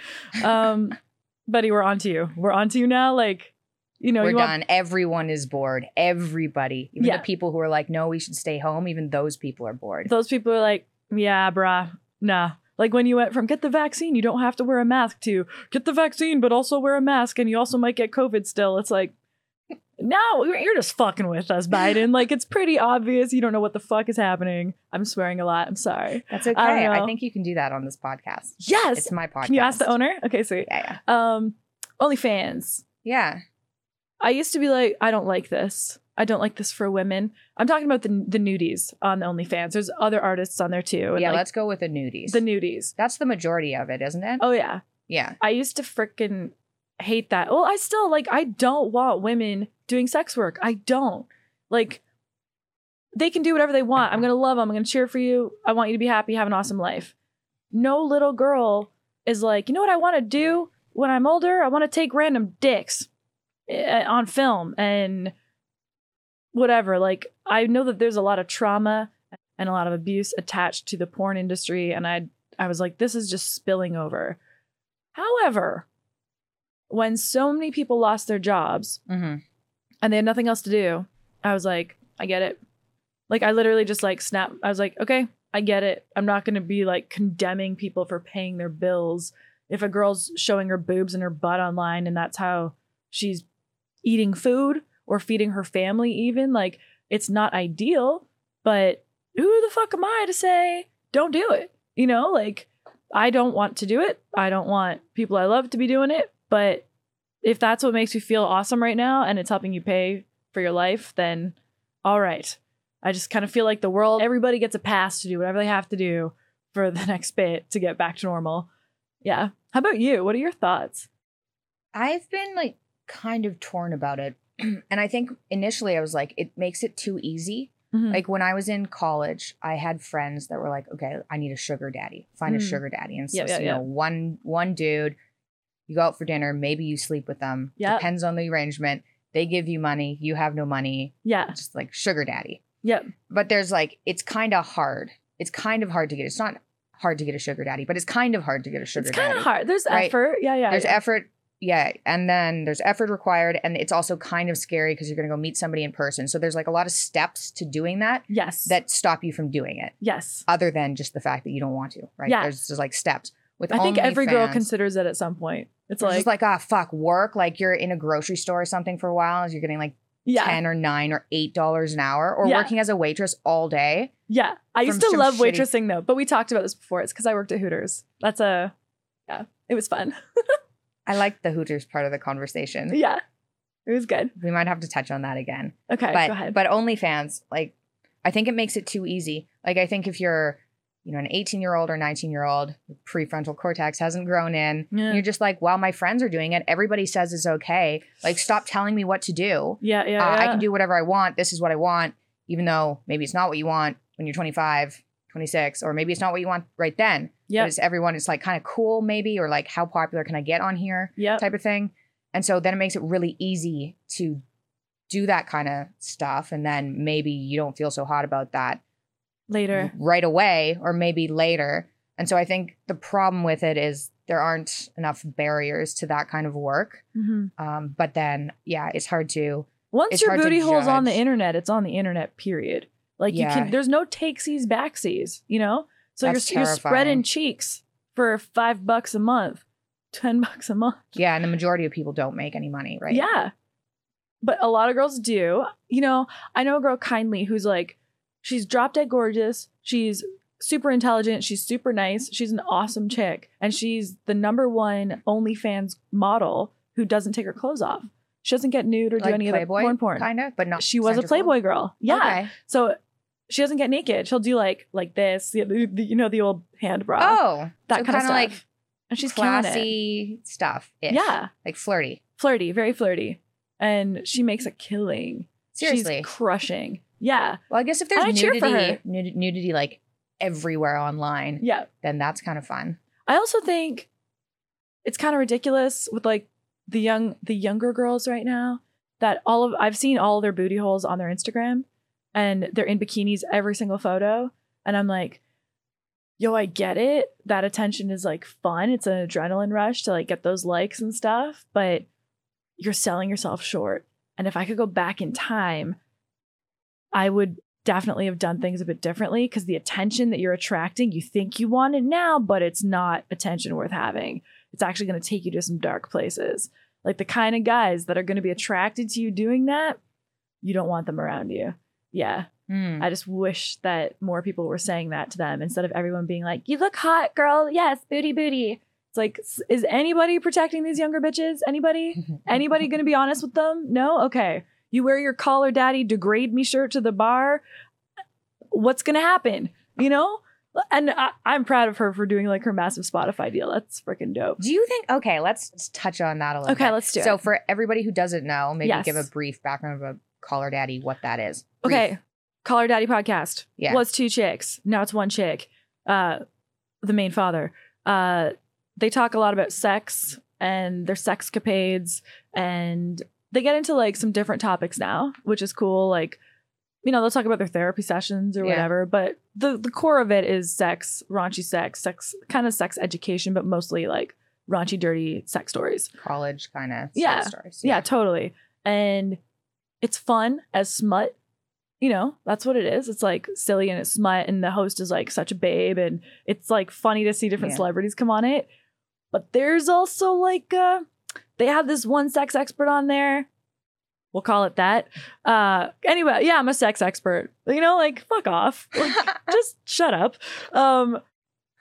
S2: Um, buddy, we're on to you. We're on to you now. Like, you know,
S1: We're
S2: you want-
S1: done. Everyone is bored. Everybody, even
S2: Yeah.
S1: the people who are like, no, we should stay home. Even those people are bored.
S2: those people are like, yeah, bruh, nah. Like when you went from get the vaccine, you don't have to wear a mask to get the vaccine, but also wear a mask and you also might get COVID still. It's like, no, you're you're just fucking with us, Biden. Like it's pretty obvious. You don't know what the fuck is happening. I'm swearing a lot. I'm sorry.
S1: That's okay.
S2: don't
S1: I,
S2: know.
S1: think you can do that on this podcast.
S2: Yes.
S1: It's my podcast.
S2: Can you ask the owner? Okay, sweet.
S1: Yeah, yeah,
S2: Um, OnlyFans.
S1: yeah.
S2: I used to be like, I don't like this. I don't like this for women. I'm talking about the the nudies on the OnlyFans. There's other artists on there too. and,
S1: yeah
S2: like,
S1: let's go with the nudies.
S2: the nudies.
S1: That's the majority of it, isn't it?
S2: Oh yeah.
S1: Yeah.
S2: I used to freaking hate that. Well, I still like I don't want women doing sex work. I don't. Like they can do whatever they want. I'm going to love them. I'm going to cheer for you. I want you to be happy, have an awesome life. No little girl is like, "You know what I want to do when I'm older? I want to take random dicks eh, on film and whatever. Like I know that there's a lot of trauma and a lot of abuse attached to the porn industry, and I I was like, this is just spilling over. However, when so many people lost their jobs
S1: Mm-hmm.
S2: and they had nothing else to do, I was like, I get it. Like I literally just like snap. I was like, okay, I get it. I'm not gonna be like condemning people for paying their bills. If a girl's showing her boobs and her butt online and that's how she's eating food or feeding her family, even like it's not ideal, but who the fuck am I to say don't do it? You know, like I don't want to do it. I don't want people I love to be doing it, but if that's what makes you feel awesome right now and it's helping you pay for your life, then all right. I just kind of feel like the world, everybody gets a pass to do whatever they have to do for the next bit to get back to normal. Yeah. How about you? What are your thoughts?
S1: I've been like kind of torn about it. and I think initially I was like, it makes it too easy.
S2: Like,
S1: Like when I was in college, I had friends that were like, "Okay, I need a sugar daddy. Find a
S2: Mm.
S1: sugar daddy." And so,
S2: Yeah, yeah,
S1: you
S2: yeah.
S1: know, one one dude, you go out for dinner. Maybe you sleep with them.
S2: Yep.
S1: Depends on the arrangement. They give you money. You have no money.
S2: yeah.
S1: Just like sugar daddy.
S2: Yep.
S1: But there's like, it's kind of hard. It's kind of hard to get. It's not hard to get a sugar daddy, but it's kind of hard to get a sugar
S2: It's
S1: daddy.
S2: kind of hard. There's
S1: Right.
S2: effort. Yeah. Yeah.
S1: There's
S2: yeah.
S1: effort. Yeah. And then there's effort required. And it's also kind of scary because you're going to go meet somebody in person. So there's like a lot of steps to doing that
S2: yes.
S1: that stop you from doing it,
S2: yes.
S1: other than just the fact that you don't want to, right?
S2: Yeah.
S1: There's just like steps. With
S2: I think every girl
S1: OnlyFans,
S2: considers it at some point.
S1: it's
S2: It's
S1: like,
S2: like,
S1: just like, ah, fuck, work. Like you're in a grocery store or something for a while, and you're getting like
S2: yeah.
S1: 10 or 9 or $8 an hour, or
S2: Yeah.
S1: working as a waitress all day.
S2: Yeah. I
S1: from
S2: used to
S1: some
S2: love
S1: shitty-
S2: waitressing though, but we talked about this before. It's because I worked at Hooters. That's a, yeah, it was fun.
S1: I like the Hooters part of the conversation.
S2: yeah. It was good.
S1: We might have to touch on that again.
S2: Okay. go
S1: but
S2: ahead.
S1: but OnlyFans, like I think it makes it too easy. Like I think if you're, you know, an 18 year old or 19 year old, your prefrontal cortex hasn't grown in.
S2: Yeah.
S1: You're just like, wow, my friends are doing it. Everybody says it's okay. Like, stop telling me what to do.
S2: yeah. Yeah.
S1: Uh, I
S2: yeah.
S1: can do whatever I want. This is what I want, even though maybe it's not what you want when you're 25, 26, or maybe it's not what you want right then. But
S2: Yep.
S1: It's everyone. It's like kind of cool, maybe, or like how popular can I get on here?
S2: Yep.
S1: type of thing. And so then it makes it really easy to do that kind of stuff. And then maybe you don't feel so hot about that
S2: Later.
S1: right away or maybe later. And so I think the problem with it is there aren't enough barriers to that kind of work.
S2: Mhm.
S1: Um, but then, yeah, it's hard to.
S2: Once
S1: It's
S2: your
S1: hard to
S2: booty hole's on the
S1: judge.
S2: internet, it's on the internet, period. Like
S1: Yeah.
S2: you can, there's no takesies, backsies, you know? So you're,
S1: That's
S2: you're
S1: terrifying.
S2: spreading cheeks for five bucks a month, 10 bucks a month.
S1: Yeah, and the majority of people don't make any money, right?
S2: Yeah. But a lot of girls do. You know, I know a girl kindly who's like, she's drop dead gorgeous. She's super intelligent. She's super nice. She's an awesome chick. And she's the number one OnlyFans model who doesn't take her clothes off. She doesn't get nude or do
S1: Like
S2: any
S1: Playboy
S2: other porn porn.
S1: kind of, but not.
S2: She was a
S1: centerfold.
S2: Playboy girl. Yeah.
S1: Okay.
S2: So she doesn't get naked. She'll do like like this, you know, the, you know, the old hand bra.
S1: Oh,
S2: that
S1: so
S2: kind of
S1: kinda
S2: stuff.
S1: like
S2: and she's killing it.
S1: classy stuff.
S2: Yeah.
S1: like flirty.
S2: Flirty, very flirty. And she makes a killing.
S1: Seriously,
S2: She's crushing. Yeah.
S1: Well, I guess if there's
S2: I cheer
S1: nudity,
S2: for her.
S1: nud- nudity like everywhere online,
S2: Yeah.
S1: then that's kind of fun.
S2: I also think it's kind of ridiculous with like the young the younger girls right now that all of I've seen all their booty holes on their Instagram and they're in bikinis every single photo and I'm like yo I get it that attention is like fun it's an adrenaline rush to like get those likes and stuff but you're selling yourself short and if I could go back in time I would definitely have done things a bit differently because the attention that you're attracting, you think you want it now, but it's not attention worth having. It's actually going to take you to some dark places. Like the kind of guys that are going to be attracted to you doing that, you don't want them around you. Yeah.
S1: Hmm.
S2: I just wish that more people were saying that to them instead of everyone being like, you look hot, girl. Yes, booty, booty. It's like, s- is anybody protecting these younger bitches? Anybody? Anybody going to be honest with them? No? Okay. You wear your collar daddy degrade me shirt to the bar. What's going to happen? You know? And I, I'm proud of her for doing like her massive Spotify deal. That's freaking dope.
S1: Do you think? Okay, let's just touch on that a little.
S2: Okay,
S1: bit.
S2: let's do
S1: So,
S2: it.
S1: for everybody who doesn't know, maybe
S2: Yes.
S1: give a brief background of a collar daddy, what that is. Brief.
S2: Okay. Collar Daddy podcast.
S1: Yeah.
S2: Was two chicks. Now it's one chick. Uh the main father. Uh they talk a lot about sex and their sexcapades and they get into like some different topics now, which is cool. Like you know, they'll talk about their therapy sessions or
S1: Yeah.
S2: whatever, but the the core of it is sex, raunchy sex, sex kind of sex education, but mostly like raunchy, dirty sex stories.
S1: College kind of
S2: Yeah.
S1: stories.
S2: Yeah, totally. And it's fun as smut. You know, that's what it is. It's like silly and it's smut, and the host is like such a babe, and it's like funny to see different
S1: Yeah.
S2: celebrities come on it. But there's also like uh they had this one sex expert on there. We'll call it that. Uh anyway, yeah, I'm a sex expert. You know, like fuck off. Like, just shut up. Um,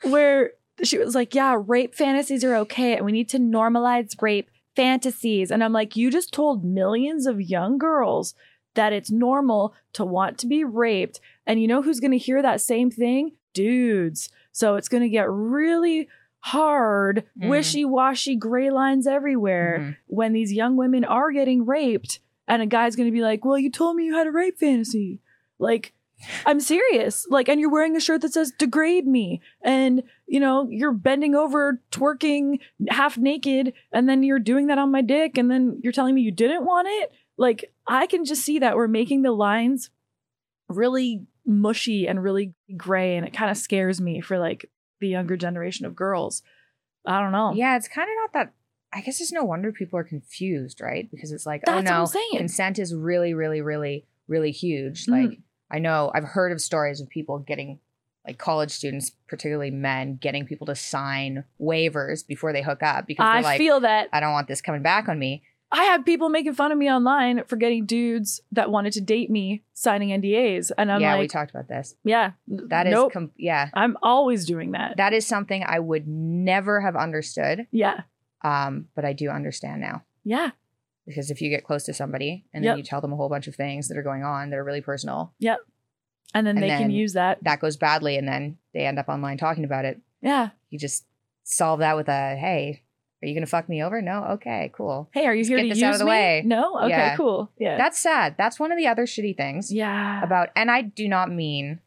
S2: where she was like, "Yeah, rape fantasies are okay, and we need to normalize rape fantasies." And I'm like, "You just told millions of young girls that it's normal to want to be raped, and you know who's going to hear that same thing? Dudes. So it's going to get really." Hard,
S1: Mhm.
S2: wishy washy gray lines everywhere
S1: Mhm.
S2: when these young women are getting raped, and a guy's gonna be like, Well, you told me you had a rape fantasy. Like, I'm serious. Like, and you're wearing a shirt that says degrade me. And, you know, you're bending over, twerking half naked, and then you're doing that on my dick, and then you're telling me you didn't want it. Like, I can just see that we're making the lines really mushy and really gray, and it kind of scares me for like the younger generation of girls. I don't know.
S1: Yeah, it's kind of not that. I guess it's no wonder people are confused, right? Because it's like,
S2: That's
S1: oh
S2: what
S1: no,
S2: I'm saying.
S1: consent is really, really, really, really huge.
S2: Mhm.
S1: Like, I know I've heard of stories of people getting, like college students, particularly men, getting people to sign waivers before they hook up because
S2: I
S1: they're like,
S2: feel that
S1: I don't want this coming back on me.
S2: I had people making fun of me online for getting dudes that wanted to date me signing NDAs, and I'm
S1: yeah, we
S2: like,
S1: talked about this.
S2: yeah,
S1: That is,
S2: nope.
S1: com- yeah,
S2: I'm always doing that.
S1: that is something I would never have understood,
S2: yeah,
S1: um, but I do understand now.
S2: yeah,
S1: Because if you get close to somebody and
S2: Yep.
S1: then you tell them a whole bunch of things that are going on that are really personal,
S2: and then
S1: And
S2: they can
S1: then-
S2: use that.
S1: that goes badly and then they end up online talking about it
S2: Yeah.
S1: you just solve that with a hey are you gonna fuck me over no okay cool
S2: Hey, are you here
S1: get
S2: to
S1: this
S2: use
S1: out of the
S2: me?
S1: way.
S2: No. Okay.
S1: Yeah.
S2: Cool. Yeah.
S1: that's sad that's one of the other shitty things
S2: yeah.
S1: about and i do not mean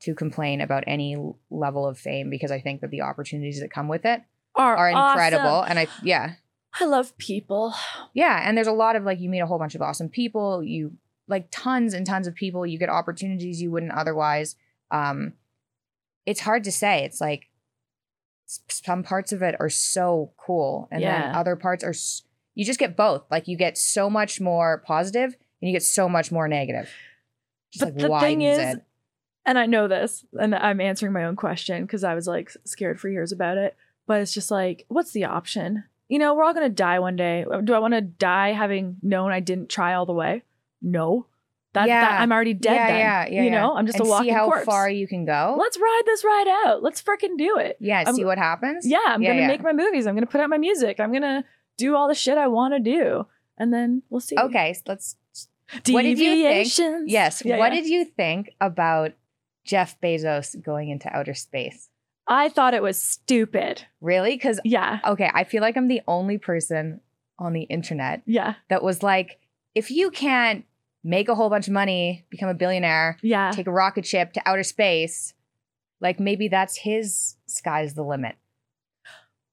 S1: to complain about any l- level of fame because i think that the opportunities that come with it are incredible
S2: awesome.
S1: and i yeah
S2: I love people.
S1: yeah and there's a lot of like you meet a whole bunch of awesome people you like tons and tons of people you get opportunities you wouldn't otherwise um it's hard to say it's like s- some parts of it are so cool and then
S2: Yeah.
S1: other parts are s- you just get both like you get so much more positive and you get so much more negative just
S2: But
S1: like
S2: the thing
S1: widens
S2: is-
S1: it.
S2: and I know this, and I'm answering my own question because I was like scared for years about it. But it's just like, what's the option? You know, we're all gonna die one day. Uh, Do I want to die having known I didn't try all the way? No, that,
S1: Yeah.
S2: that I'm already dead.
S1: yeah,
S2: then.
S1: yeah yeah
S2: you
S1: yeah.
S2: know, I'm just
S1: and
S2: a walking
S1: see how
S2: corpse.
S1: far you can go
S2: Let's ride this ride out. Let's frickin' do it.
S1: yeah
S2: I'm-
S1: see what happens
S2: Yeah, I'm
S1: Yeah,
S2: gonna
S1: yeah.
S2: make my movies. I'm gonna put out my music. I'm gonna do all the shit I want to do, and then we'll see.
S1: okay so let's What did you think?
S2: Deviations.
S1: Yes.
S2: Yeah,
S1: what
S2: yeah.
S1: did you think about Jeff Bezos going into outer space?
S2: I thought it was stupid.
S1: Really? Because,
S2: Yeah,
S1: okay, I feel like I'm the only person on the internet
S2: yeah,
S1: that was like, if you can't make a whole bunch of money, become a billionaire,
S2: yeah.
S1: take a rocket ship to outer space, like maybe that's his sky's the limit.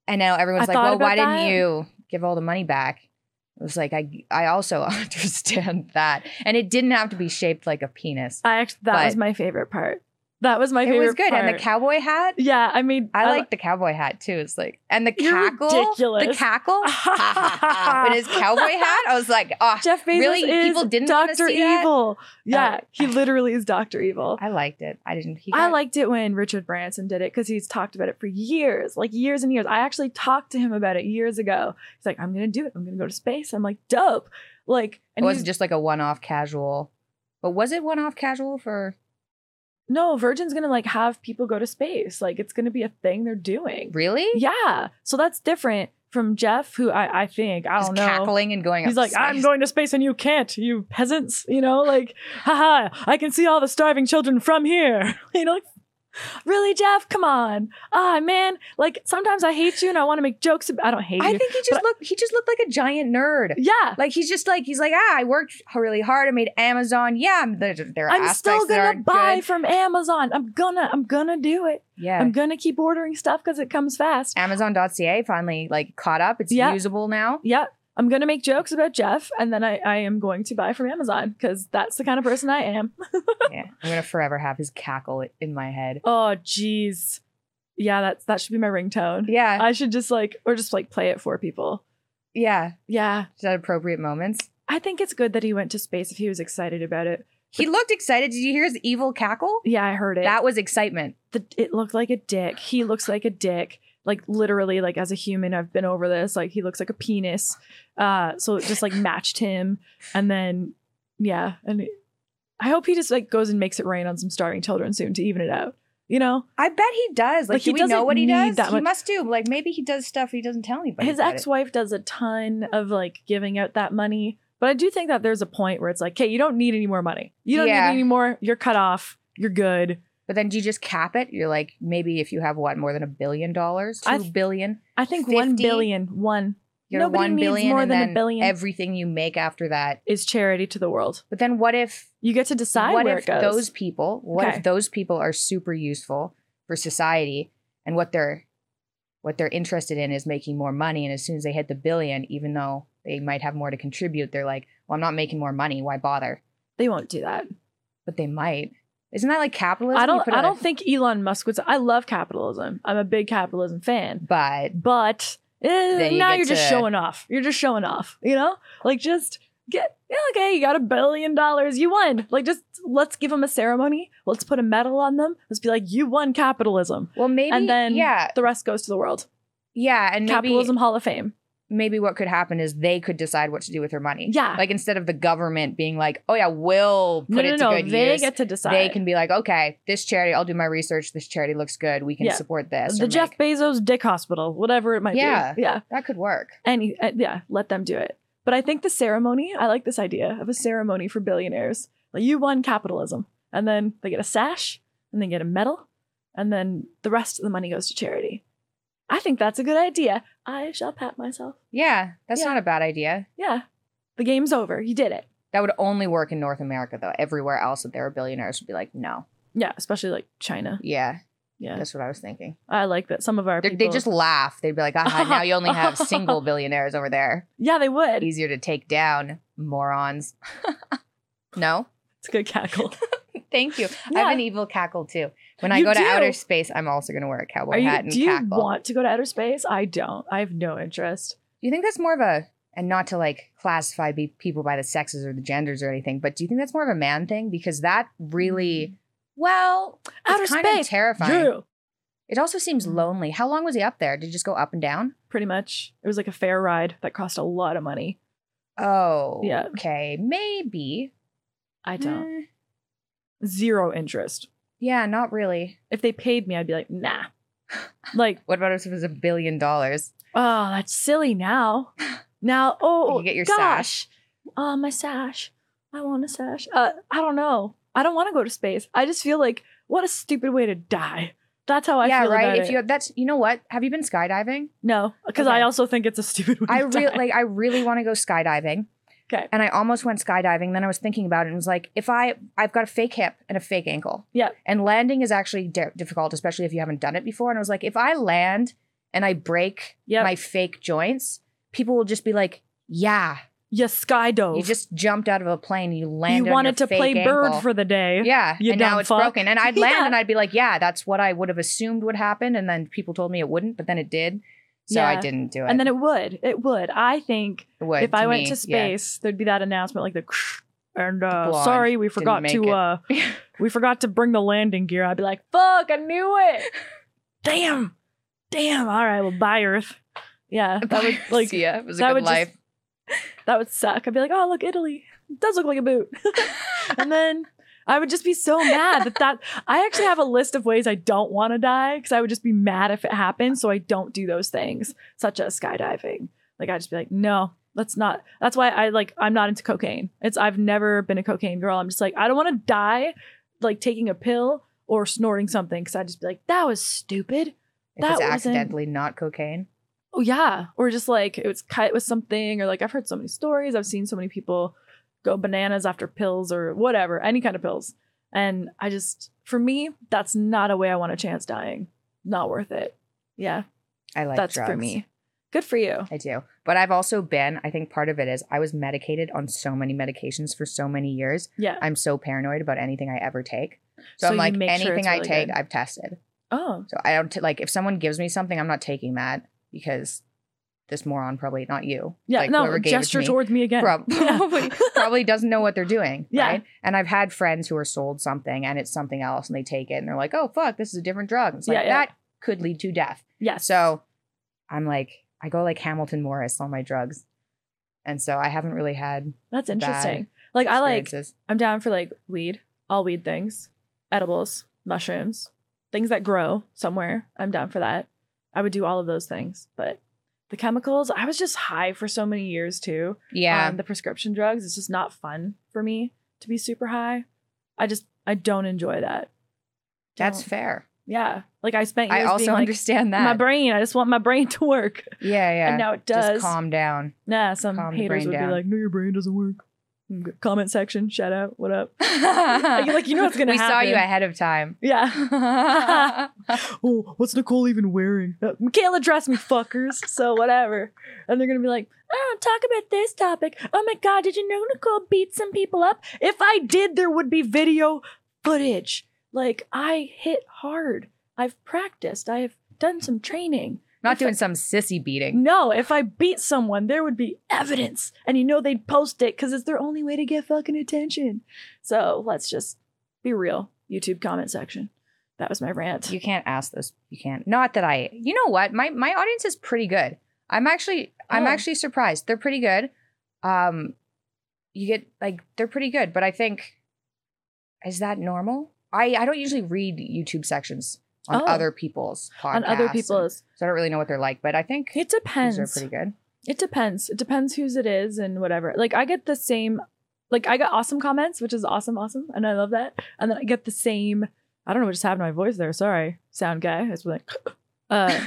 S1: And now everyone's
S2: I
S1: like, well,
S2: thought
S1: why
S2: about
S1: didn't
S2: that.
S1: you give all the money back? It was like, I, I also understand that. And it didn't have to be shaped like a penis.
S2: I actually that was
S1: But-
S2: my favorite part. That was my
S1: it
S2: favorite.
S1: was good. And the
S2: part.
S1: cowboy hat.
S2: Yeah, I mean,
S1: I like the cowboy hat too. It's like and the
S2: You're
S1: cackle. The
S2: ridiculous.
S1: cackle. With his cowboy hat. I was like, oh
S2: Jeff Bezos
S1: Really?
S2: is
S1: People didn't wanna
S2: Doctor
S1: see that?
S2: Evil. Yeah,
S1: Oh.
S2: he literally is Doctor Evil.
S1: I liked it. I didn't he
S2: I
S1: got-
S2: liked it when Richard Branson did it because he's talked about it for years, like years and years. I actually talked to him about it years ago. He's like, "I'm gonna do it. I'm gonna go to space." I'm like, "Dope!" Like,
S1: it
S2: and
S1: wasn't
S2: he's-
S1: just like a one off casual. But was it one off casual for
S2: no, Virgin's gonna like have people go to space. Like, it's gonna be a thing they're doing.
S1: really?
S2: Yeah, so that's different from Jeff, who I, I think I
S1: Just
S2: don't know.
S1: cackling and going
S2: He's
S1: up
S2: like, I'm
S1: space."
S2: going to space and you can't, you peasants. You know, like, haha, I can see all the starving children from here. You know, like, really, Jeff? Come on. Ah, man. Like, sometimes I hate you and I want to make jokes. About, I don't hate
S1: I
S2: you.
S1: think he just looked he just looked like a giant nerd.
S2: yeah.
S1: Like he's just like he's like ah I worked really hard I made Amazon yeah there, there are
S2: I'm
S1: aspects
S2: still
S1: that
S2: gonna
S1: aren't
S2: buy
S1: good.
S2: from Amazon. I'm gonna, I'm gonna do it.
S1: yeah
S2: I'm gonna keep ordering stuff because it comes fast.
S1: Amazon.ca finally like caught up it's
S2: Yeah.
S1: usable now
S2: Yep. I'm gonna make jokes about Jeff, and then I, I am going to buy from Amazon because that's the kind of person I am.
S1: yeah. I'm gonna forever have his cackle i- in my head.
S2: Oh, jeez. Yeah, that's that should be my ringtone.
S1: Yeah.
S2: I should just like or just like play it for people.
S1: yeah.
S2: Yeah.
S1: Is that appropriate moments?
S2: I think it's good that he went to space if he was excited about it.
S1: He looked excited. Did you hear his evil cackle?
S2: Yeah, I heard it.
S1: That was excitement.
S2: the, it looked like a dick. He looks like a dick. Like literally, like as a human, I've been over this. Like he looks like a penis. Uh, so it just like matched him, and then yeah, and it- I hope he just like goes and makes it rain on some starving children soon to even it out. You know,
S1: I bet he does. Like,
S2: Like,
S1: do
S2: he
S1: we know
S2: doesn't
S1: what he
S2: need
S1: does?
S2: that
S1: he
S2: much-
S1: must do. Like maybe he does stuff he doesn't tell anybody.
S2: his
S1: about it.
S2: ex-wife does a ton of like giving out that money, but I do think that there's a point where it's like, hey, you don't need any more money. You don't
S1: Yeah.
S2: need any more. You're cut off. You're good.
S1: But then do you just cap it? You're like, maybe if you have what, more than a billion dollars?
S2: I
S1: two
S2: th-
S1: billion?
S2: I think one
S1: 50?
S2: billion, one
S1: You're
S2: Nobody
S1: one
S2: needs
S1: billion
S2: more
S1: and
S2: than a
S1: then
S2: billion.
S1: everything you make after that.
S2: is charity to the world.
S1: But then what if
S2: You get to decide
S1: what
S2: where
S1: if
S2: it goes.
S1: those people what
S2: Okay.
S1: if those people are super useful for society and what they're what they're interested in is making more money and as soon as they hit the billion, even though they might have more to contribute, they're like, Well, I'm not making more money, why bother?
S2: They won't do that.
S1: But they might. Isn't that like capitalism?
S2: I
S1: You
S2: don't.
S1: put a-
S2: I don't think Elon Musk would. I love capitalism. I'm a big capitalism fan.
S1: but
S2: But eh,
S1: Then you
S2: now
S1: get
S2: you're just
S1: to-
S2: showing off. You're just showing off. You know, like just get yeah, okay. You got a billion dollars. You won. Like just let's give them a ceremony. Let's put a medal on them. Let's be like you won capitalism.
S1: well maybe
S2: and then
S1: yeah.
S2: the rest goes to the world.
S1: Yeah. And maybe,
S2: capitalism Hall of Fame.
S1: maybe what could happen is they could decide what to do with their money.
S2: Yeah.
S1: Like instead of the government being like, oh yeah, we'll put
S2: no,
S1: it
S2: no,
S1: to
S2: no.
S1: good
S2: They
S1: use.
S2: get to decide.
S1: they can be like, okay, this charity, I'll do my research. This charity looks good. We can
S2: Yeah.
S1: support this. or
S2: the Jeff
S1: make-
S2: Bezos Dick Hospital, whatever it might
S1: Yeah.
S2: be. Yeah.
S1: that could work.
S2: any uh, yeah let them do it but i think the ceremony i like this idea of a ceremony for billionaires like you won capitalism and then they get a sash and they get a medal and then the rest of the money goes to charity i think that's a good idea i shall pat myself
S1: Yeah, that's
S2: Yeah.
S1: not a bad idea.
S2: yeah the game's over you did it
S1: That would only work in North America though. Everywhere else that there are billionaires would be like, no.
S2: yeah especially like china
S1: Yeah,
S2: yeah
S1: that's what I was thinking.
S2: i like that some of our
S1: They
S2: people
S1: they just laugh. They'd be like, aha, now you only have single billionaires over there.
S2: yeah they would it's
S1: Easier to take down, morons. no,
S2: a good cackle
S1: thank you. I
S2: Yeah.
S1: have an evil cackle too. When I
S2: You
S1: go to
S2: do.
S1: outer space, I'm also going to wear a cowboy
S2: Are
S1: hat
S2: you,
S1: and
S2: do you
S1: cackle.
S2: want to go to outer space i don't i have no interest
S1: Do you think that's more of a and not to like classify be- people by the sexes or the genders or anything, but do you think that's more of a man thing? Because that
S2: Mm.
S1: really, well,
S2: outer
S1: it's kind
S2: space
S1: of terrifying.
S2: you
S1: It also seems lonely. How long was he up there? Did he just go up and down?
S2: pretty much. It was like a fair ride that cost a lot of money.
S1: Oh,
S2: Yeah.
S1: Okay, maybe.
S2: I don't.
S1: Eh,
S2: Zero interest.
S1: yeah, not really.
S2: If they paid me, I'd be like, nah. Like,
S1: What about if it was a billion dollars?
S2: oh, that's silly now. Now, oh,
S1: You get your
S2: gosh. Oh, my sash. I want a sash. Uh, I don't know. I don't want to go to space. I just feel like, what a stupid way to die. That's how Oh, I
S1: yeah,
S2: feel
S1: right.
S2: about
S1: if
S2: it.
S1: you that's you know what? Have you been skydiving?
S2: no, because
S1: Okay.
S2: I also think it's a stupid way
S1: I
S2: to
S1: really
S2: die.
S1: like I really want to go skydiving.
S2: Okay.
S1: And I almost went skydiving. Then I was thinking about it and was like, if I I've got a fake hip and a fake ankle.
S2: Yeah.
S1: And landing is actually di- difficult, especially if you haven't done it before. And I was like, if I land and I break
S2: Yep.
S1: my fake joints, people will just be like, yeah,
S2: you skydove.
S1: you just jumped out of a plane and you
S2: Oh. you
S1: landed. on
S2: wanted
S1: your
S2: to play
S1: fake ankle."
S2: bird for the day.
S1: yeah,
S2: you
S1: and now
S2: dumb
S1: it's
S2: fuck.
S1: broken. And I'd land
S2: Yeah.
S1: and I'd be like, yeah, that's what I would have assumed would happen. And then people told me it wouldn't, but then it did. So I
S2: Yeah.
S1: didn't do it.
S2: And then it would. It would. I think
S1: It would,
S2: if I went
S1: me,
S2: to
S1: yeah.
S2: space, there'd be that announcement like the and uh,
S1: Blonde
S2: sorry, we forgot
S1: make
S2: to
S1: it."
S2: uh we forgot to bring the landing gear. I'd be like, fuck, I knew it. Damn. Damn. All right, well bye Earth. Yeah. That would like
S1: See ya. It was a
S2: that
S1: good
S2: would just-
S1: life.
S2: that would suck. I'd be like, oh look, Italy. It does look like a boot. and then I would just be so mad that that I actually have a list of ways I don't want to die because I would just be mad if it happened. So I don't do those things, such as skydiving. Like I just be like, no, let's not. That's why I like I'm not into cocaine. It's I've never been a cocaine girl. I'm just like I don't want to die, like taking a pill or snorting something because I just be like that was stupid.
S1: if it's
S2: that wasn't-
S1: accidentally not cocaine.
S2: Oh yeah, or just like it was cut with something, or like I've heard so many stories. I've seen so many people go bananas after pills or whatever, any kind of pills. And I just, for me, that's not a way I want to chance dying. Not worth it. Yeah,
S1: I like
S2: that's
S1: drugs.
S2: for me. Good for you.
S1: I do. But I've also been, I think part of it is I was medicated on so many medications for so many years.
S2: Yeah.
S1: I'm so paranoid about anything I ever take. So,
S2: So
S1: I'm
S2: you
S1: like,
S2: make sure it's
S1: anything I
S2: really
S1: take,
S2: good.
S1: I've tested.
S2: Oh,
S1: So I don't, t- like, if someone gives me something, I'm not taking that because this moron probably, not you.
S2: yeah.
S1: like,
S2: no,
S1: whoever gave it to
S2: gesture
S1: me,
S2: towards me again.
S1: prob-
S2: Yeah.
S1: probably, probably doesn't know what they're doing.
S2: Yeah.
S1: Right. And I've had friends who are sold something and it's something else and they take it and they're like, oh, fuck, this is a different drug. It's like,
S2: Yeah, yeah.
S1: that could lead to death.
S2: Yes.
S1: So I'm like, I go like Hamilton Morris on my drugs. And so I haven't really had
S2: that's interesting. Like I like
S1: experiences.
S2: I'm down for like weed, all weed things, edibles, mushrooms, things that grow somewhere. I'm down for that. I would do all of those things. But the chemicals, I was just high for so many years too.
S1: Yeah.
S2: Um, the prescription drugs, it's just not fun for me to be super high. I just, I don't enjoy that.
S1: that's
S2: Don't.
S1: fair.
S2: yeah. Like I spent
S1: I
S2: years
S1: also
S2: being like,
S1: understand that.
S2: my brain, I just want my brain to work.
S1: yeah, yeah.
S2: And now it
S1: Just
S2: does.
S1: calm down.
S2: nah, some
S1: calm the
S2: haters
S1: brain
S2: would
S1: down.
S2: be like, no, your brain doesn't work. Comment section, shout out, what up? like, you know what's gonna
S1: we saw you
S2: happen.
S1: ahead of time.
S2: Yeah.
S1: yeah,
S2: oh, what's Nicole even wearing? Uh, Michaela dressed me, fuckers. so whatever. And they're gonna be like, oh, talk about this topic. Oh my god, did you know Nicole beat some people up? If I did, there would be video footage. Like I hit hard. I've practiced. I have done some training.
S1: Not doing some sissy beating.
S2: No, if I beat someone, there would be evidence, and you know they'd post it because it's their only way to get fucking attention. So let's just be real. YouTube comment section. That was my rant.
S1: You can't ask this. You can't. Not that I. You know what? My my audience is pretty good. I'm actually I'm
S2: Oh.
S1: actually surprised. They're pretty good. Um, you get like they're pretty good, but I think is that normal? I I don't usually read YouTube sections on
S2: Oh.
S1: other people's podcasts.
S2: on other
S1: and-
S2: people's.
S1: so I don't really know what they're like, but I think
S2: It
S1: these
S2: depends.
S1: are pretty good.
S2: It depends. It depends whose it is and whatever. Like I get the same like I got awesome comments, which is awesome, awesome, and I love that. And then I get the same I don't know what just happened to my voice there. Sorry, sound guy. I was like uh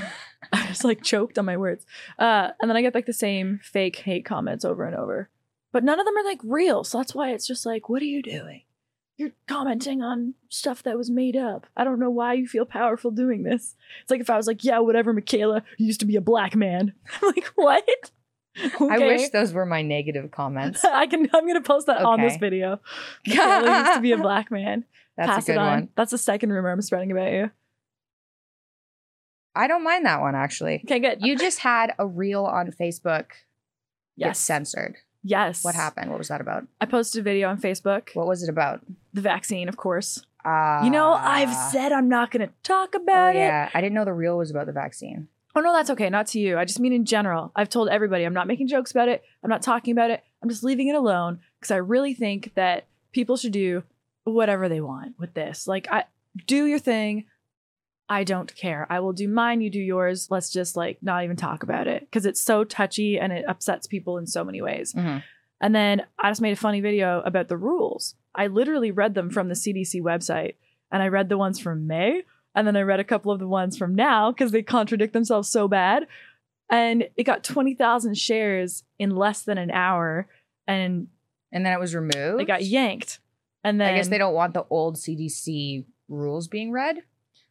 S2: I was like choked on my words. Uh and then I get like the same fake hate comments over and over. But none of them are like real. So that's why it's just like, what are you doing? You're commenting on stuff that was made up. I don't know why you feel powerful doing this. It's like if I was like, yeah, whatever, Michaela, you used to be a black man. I'm like, what?
S1: I
S2: Okay.
S1: wish those were my negative comments.
S2: I can. I'm gonna post that on this
S1: Okay.
S2: video. Michaela used to be a black man.
S1: That's
S2: Pass
S1: a good
S2: it on.
S1: one.
S2: That's the second rumor I'm spreading about you.
S1: I don't mind that one actually.
S2: Okay, good.
S1: You just had a reel on Facebook get
S2: yes,
S1: censored.
S2: yes.
S1: What happened? What was that about?
S2: I posted a video on Facebook.
S1: What was it about?
S2: the vaccine, of course.
S1: Uh,
S2: you know, I've said I'm not gonna talk
S1: oh,
S2: about it.
S1: yeah. I didn't know the reel was about the vaccine.
S2: Oh no, that's okay. Not to you. I just mean in general. I've told everybody I'm not making jokes about it. I'm not talking about it. I'm just leaving it alone because I really think that people should do whatever they want with this. Like I do your thing. I don't care. I will do mine, you do yours. Let's just like not even talk about it because it's so touchy and it upsets people in so many ways.
S1: Mhm.
S2: And then I just made a funny video about the rules. I literally read them from the CDC website and I read the ones from May and then I read a couple of the ones from now because they contradict themselves so bad. And it got 20,000 shares in less than an hour and
S1: And then it was removed.
S2: it got yanked. And then
S1: I guess they don't want the old CDC rules being read.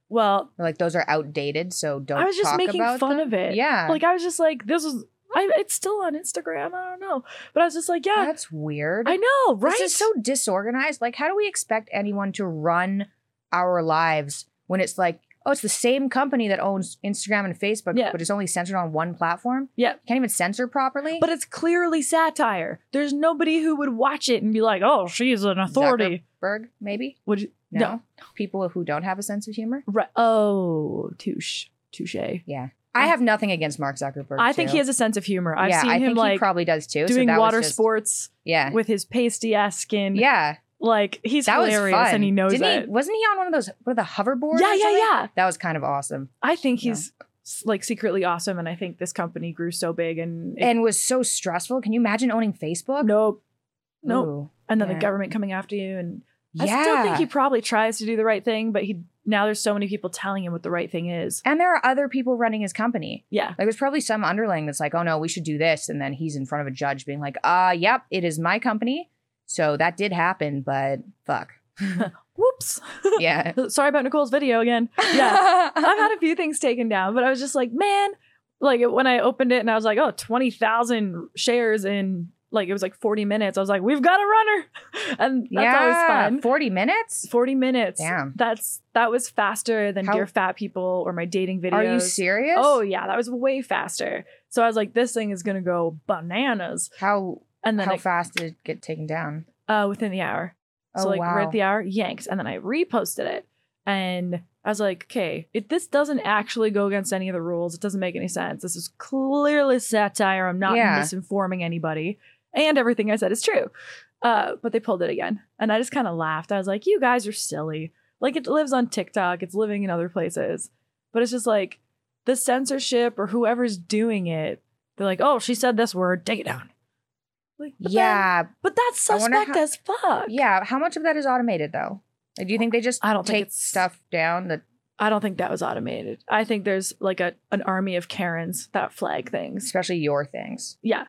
S2: Well,
S1: They're Like those are outdated, so don't.
S2: I was just
S1: talk
S2: making
S1: about
S2: fun
S1: them.
S2: of it.
S1: Yeah,
S2: Like I was just like, this was, I, it's still on Instagram. I don't know. But I was just like, yeah,
S1: Oh, that's weird.
S2: I know, right?
S1: This is so disorganized. Like, how do we expect anyone to run our lives when it's like, oh, it's the same company that owns Instagram and Facebook,
S2: Yeah.
S1: but it's only censored on one platform?
S2: Yeah.
S1: Can't even censor properly?
S2: But it's clearly satire. There's nobody who would watch it and be like, "Oh, she's an authority."
S1: Berg, maybe?
S2: Would you?
S1: No.
S2: No.
S1: People who don't have a sense of humor?
S2: Right. Oh, touche, touche.
S1: Yeah. I have nothing against Mark Zuckerberg.
S2: I think
S1: too.
S2: he has a sense of humor. I've
S1: yeah,
S2: seen
S1: I
S2: him
S1: think he
S2: like
S1: probably does too. so
S2: doing
S1: that was
S2: water
S1: just-
S2: sports
S1: Yeah.
S2: with his pasty ass skin.
S1: Yeah.
S2: like he's
S1: That was
S2: hilarious
S1: fun.
S2: and he knows
S1: Didn't
S2: it.
S1: He, wasn't he on one of those, what are the hoverboards?
S2: yeah,
S1: or
S2: yeah,
S1: something?
S2: yeah.
S1: That was kind of awesome.
S2: I think
S1: Yeah.
S2: he's s- like secretly awesome, and I think this company grew so big and, it-
S1: and was so stressful. Can you imagine owning Facebook?
S2: nope, nope.
S1: Ooh.
S2: and then
S1: yeah.
S2: the government coming after you and
S1: Yeah.
S2: I still think he probably tries to do the right thing, but he now there's so many people telling him what the right thing is.
S1: And there are other people running his company.
S2: Yeah.
S1: Like there's probably some underling that's like, oh no, we should do this. And then he's in front of a judge being like, uh, yep, it is my company. So that did happen, but fuck.
S2: Whoops.
S1: Yeah.
S2: Sorry about Nicole's video again. Yeah. I've had a few things taken down, but I was just like, man, like when I opened it and I was like, oh, 20,000 shares in like it was like 40 minutes. I was like, we've got a runner. and that's
S1: yeah,
S2: always fun.
S1: 40 minutes?
S2: 40 minutes.
S1: Damn.
S2: That's that was faster than
S1: How-
S2: Dear Fat People or my dating videos.
S1: Are you serious?
S2: Oh yeah, that was way faster. So I was like, this thing is gonna go bananas.
S1: How
S2: And then
S1: how
S2: I,
S1: fast did it get taken down?
S2: uh, within the hour.
S1: Oh
S2: So like
S1: wow.
S2: read the hour, yanked, and then I reposted it. And I was like, okay, it, this doesn't actually go against any of the rules. It doesn't make any sense. This is clearly satire. I'm not
S1: Yeah.
S2: misinforming anybody. And everything I said is true. Uh, but they pulled it again. And I just kind of laughed. I was like, you guys are silly. Like it lives on TikTok, it's living in other places. But it's just like the censorship or whoever's doing it, they're like, oh, she said this word, take it down. Like, but then-
S1: yeah,
S2: but that's
S1: I wonder
S2: suspect
S1: how-
S2: as fuck.
S1: yeah. How much of that is automated though? Like, Do you think they just
S2: I don't think
S1: take
S2: it's-
S1: stuff down that
S2: I don't think that was automated. I think there's like a an army of Karens that flag things.
S1: especially your things?
S2: Yeah.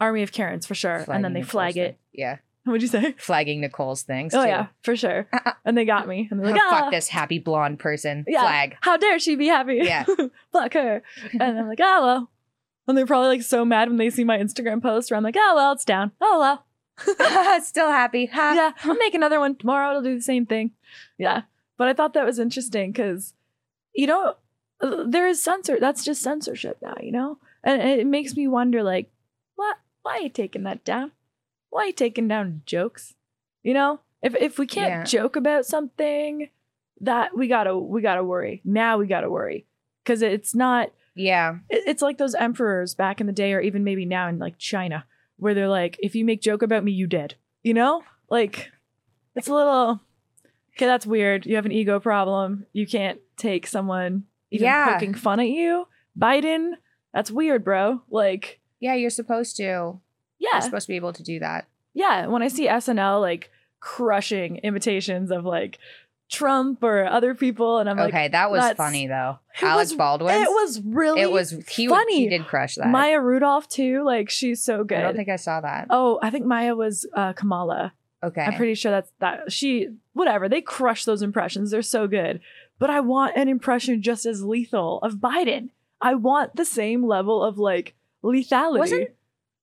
S2: Army of Karens for sure. and then
S1: Flagging
S2: they
S1: Nicole's
S2: flag it.
S1: thing. Yeah,
S2: What'd you say?
S1: flagging Nicole's things.
S2: Oh
S1: too. Uh-uh.
S2: yeah, for sure. And they got me. And they're
S1: Oh,
S2: like, ah,
S1: Fuck this happy blonde person.
S2: Yeah.
S1: Flag.
S2: how dare she be happy?
S1: Yeah.
S2: Fuck her. And I'm like, oh well. And they're probably like so mad when they see my Instagram post where I'm like, oh well, it's down. Oh well.
S1: Still happy. Ha.
S2: yeah, I'll make another one tomorrow. It'll do the same thing. Yeah. But I thought that was interesting because, you know, uh, there is censor. That's just censorship now, you know? And it makes me wonder, like, what? Why are you taking that down? Why are you taking down jokes? You know, if if we can't
S1: Yeah.
S2: joke about something, that we gotta we gotta worry. Now we gotta worry because it's not
S1: Yeah.
S2: it- it's like those emperors back in the day or even maybe now in like china where they're like if you make joke about me you dead you know like it's a little okay that's weird you have an ego problem you can't take someone even
S1: Yeah.
S2: poking fun at you biden that's weird bro like
S1: Yeah, You're supposed to. You're
S2: yeah
S1: supposed to be able to do that.
S2: yeah when i see snl like crushing imitations of like trump or other people and i'm like
S1: okay, that was
S2: that's-
S1: funny though.
S2: It
S1: Alex
S2: was-
S1: Baldwin.
S2: it was really
S1: It was he, funny.
S2: funny.
S1: he did crush that.
S2: maya rudolph too like she's so good
S1: I don't think I saw that.
S2: Oh, I think Maya was uh, Kamala.
S1: okay.
S2: I'm pretty sure that's that. She, whatever. They crush those impressions. They're so good. But I want an impression just as lethal of Biden. I want the same level of like lethality.
S1: Wasn't-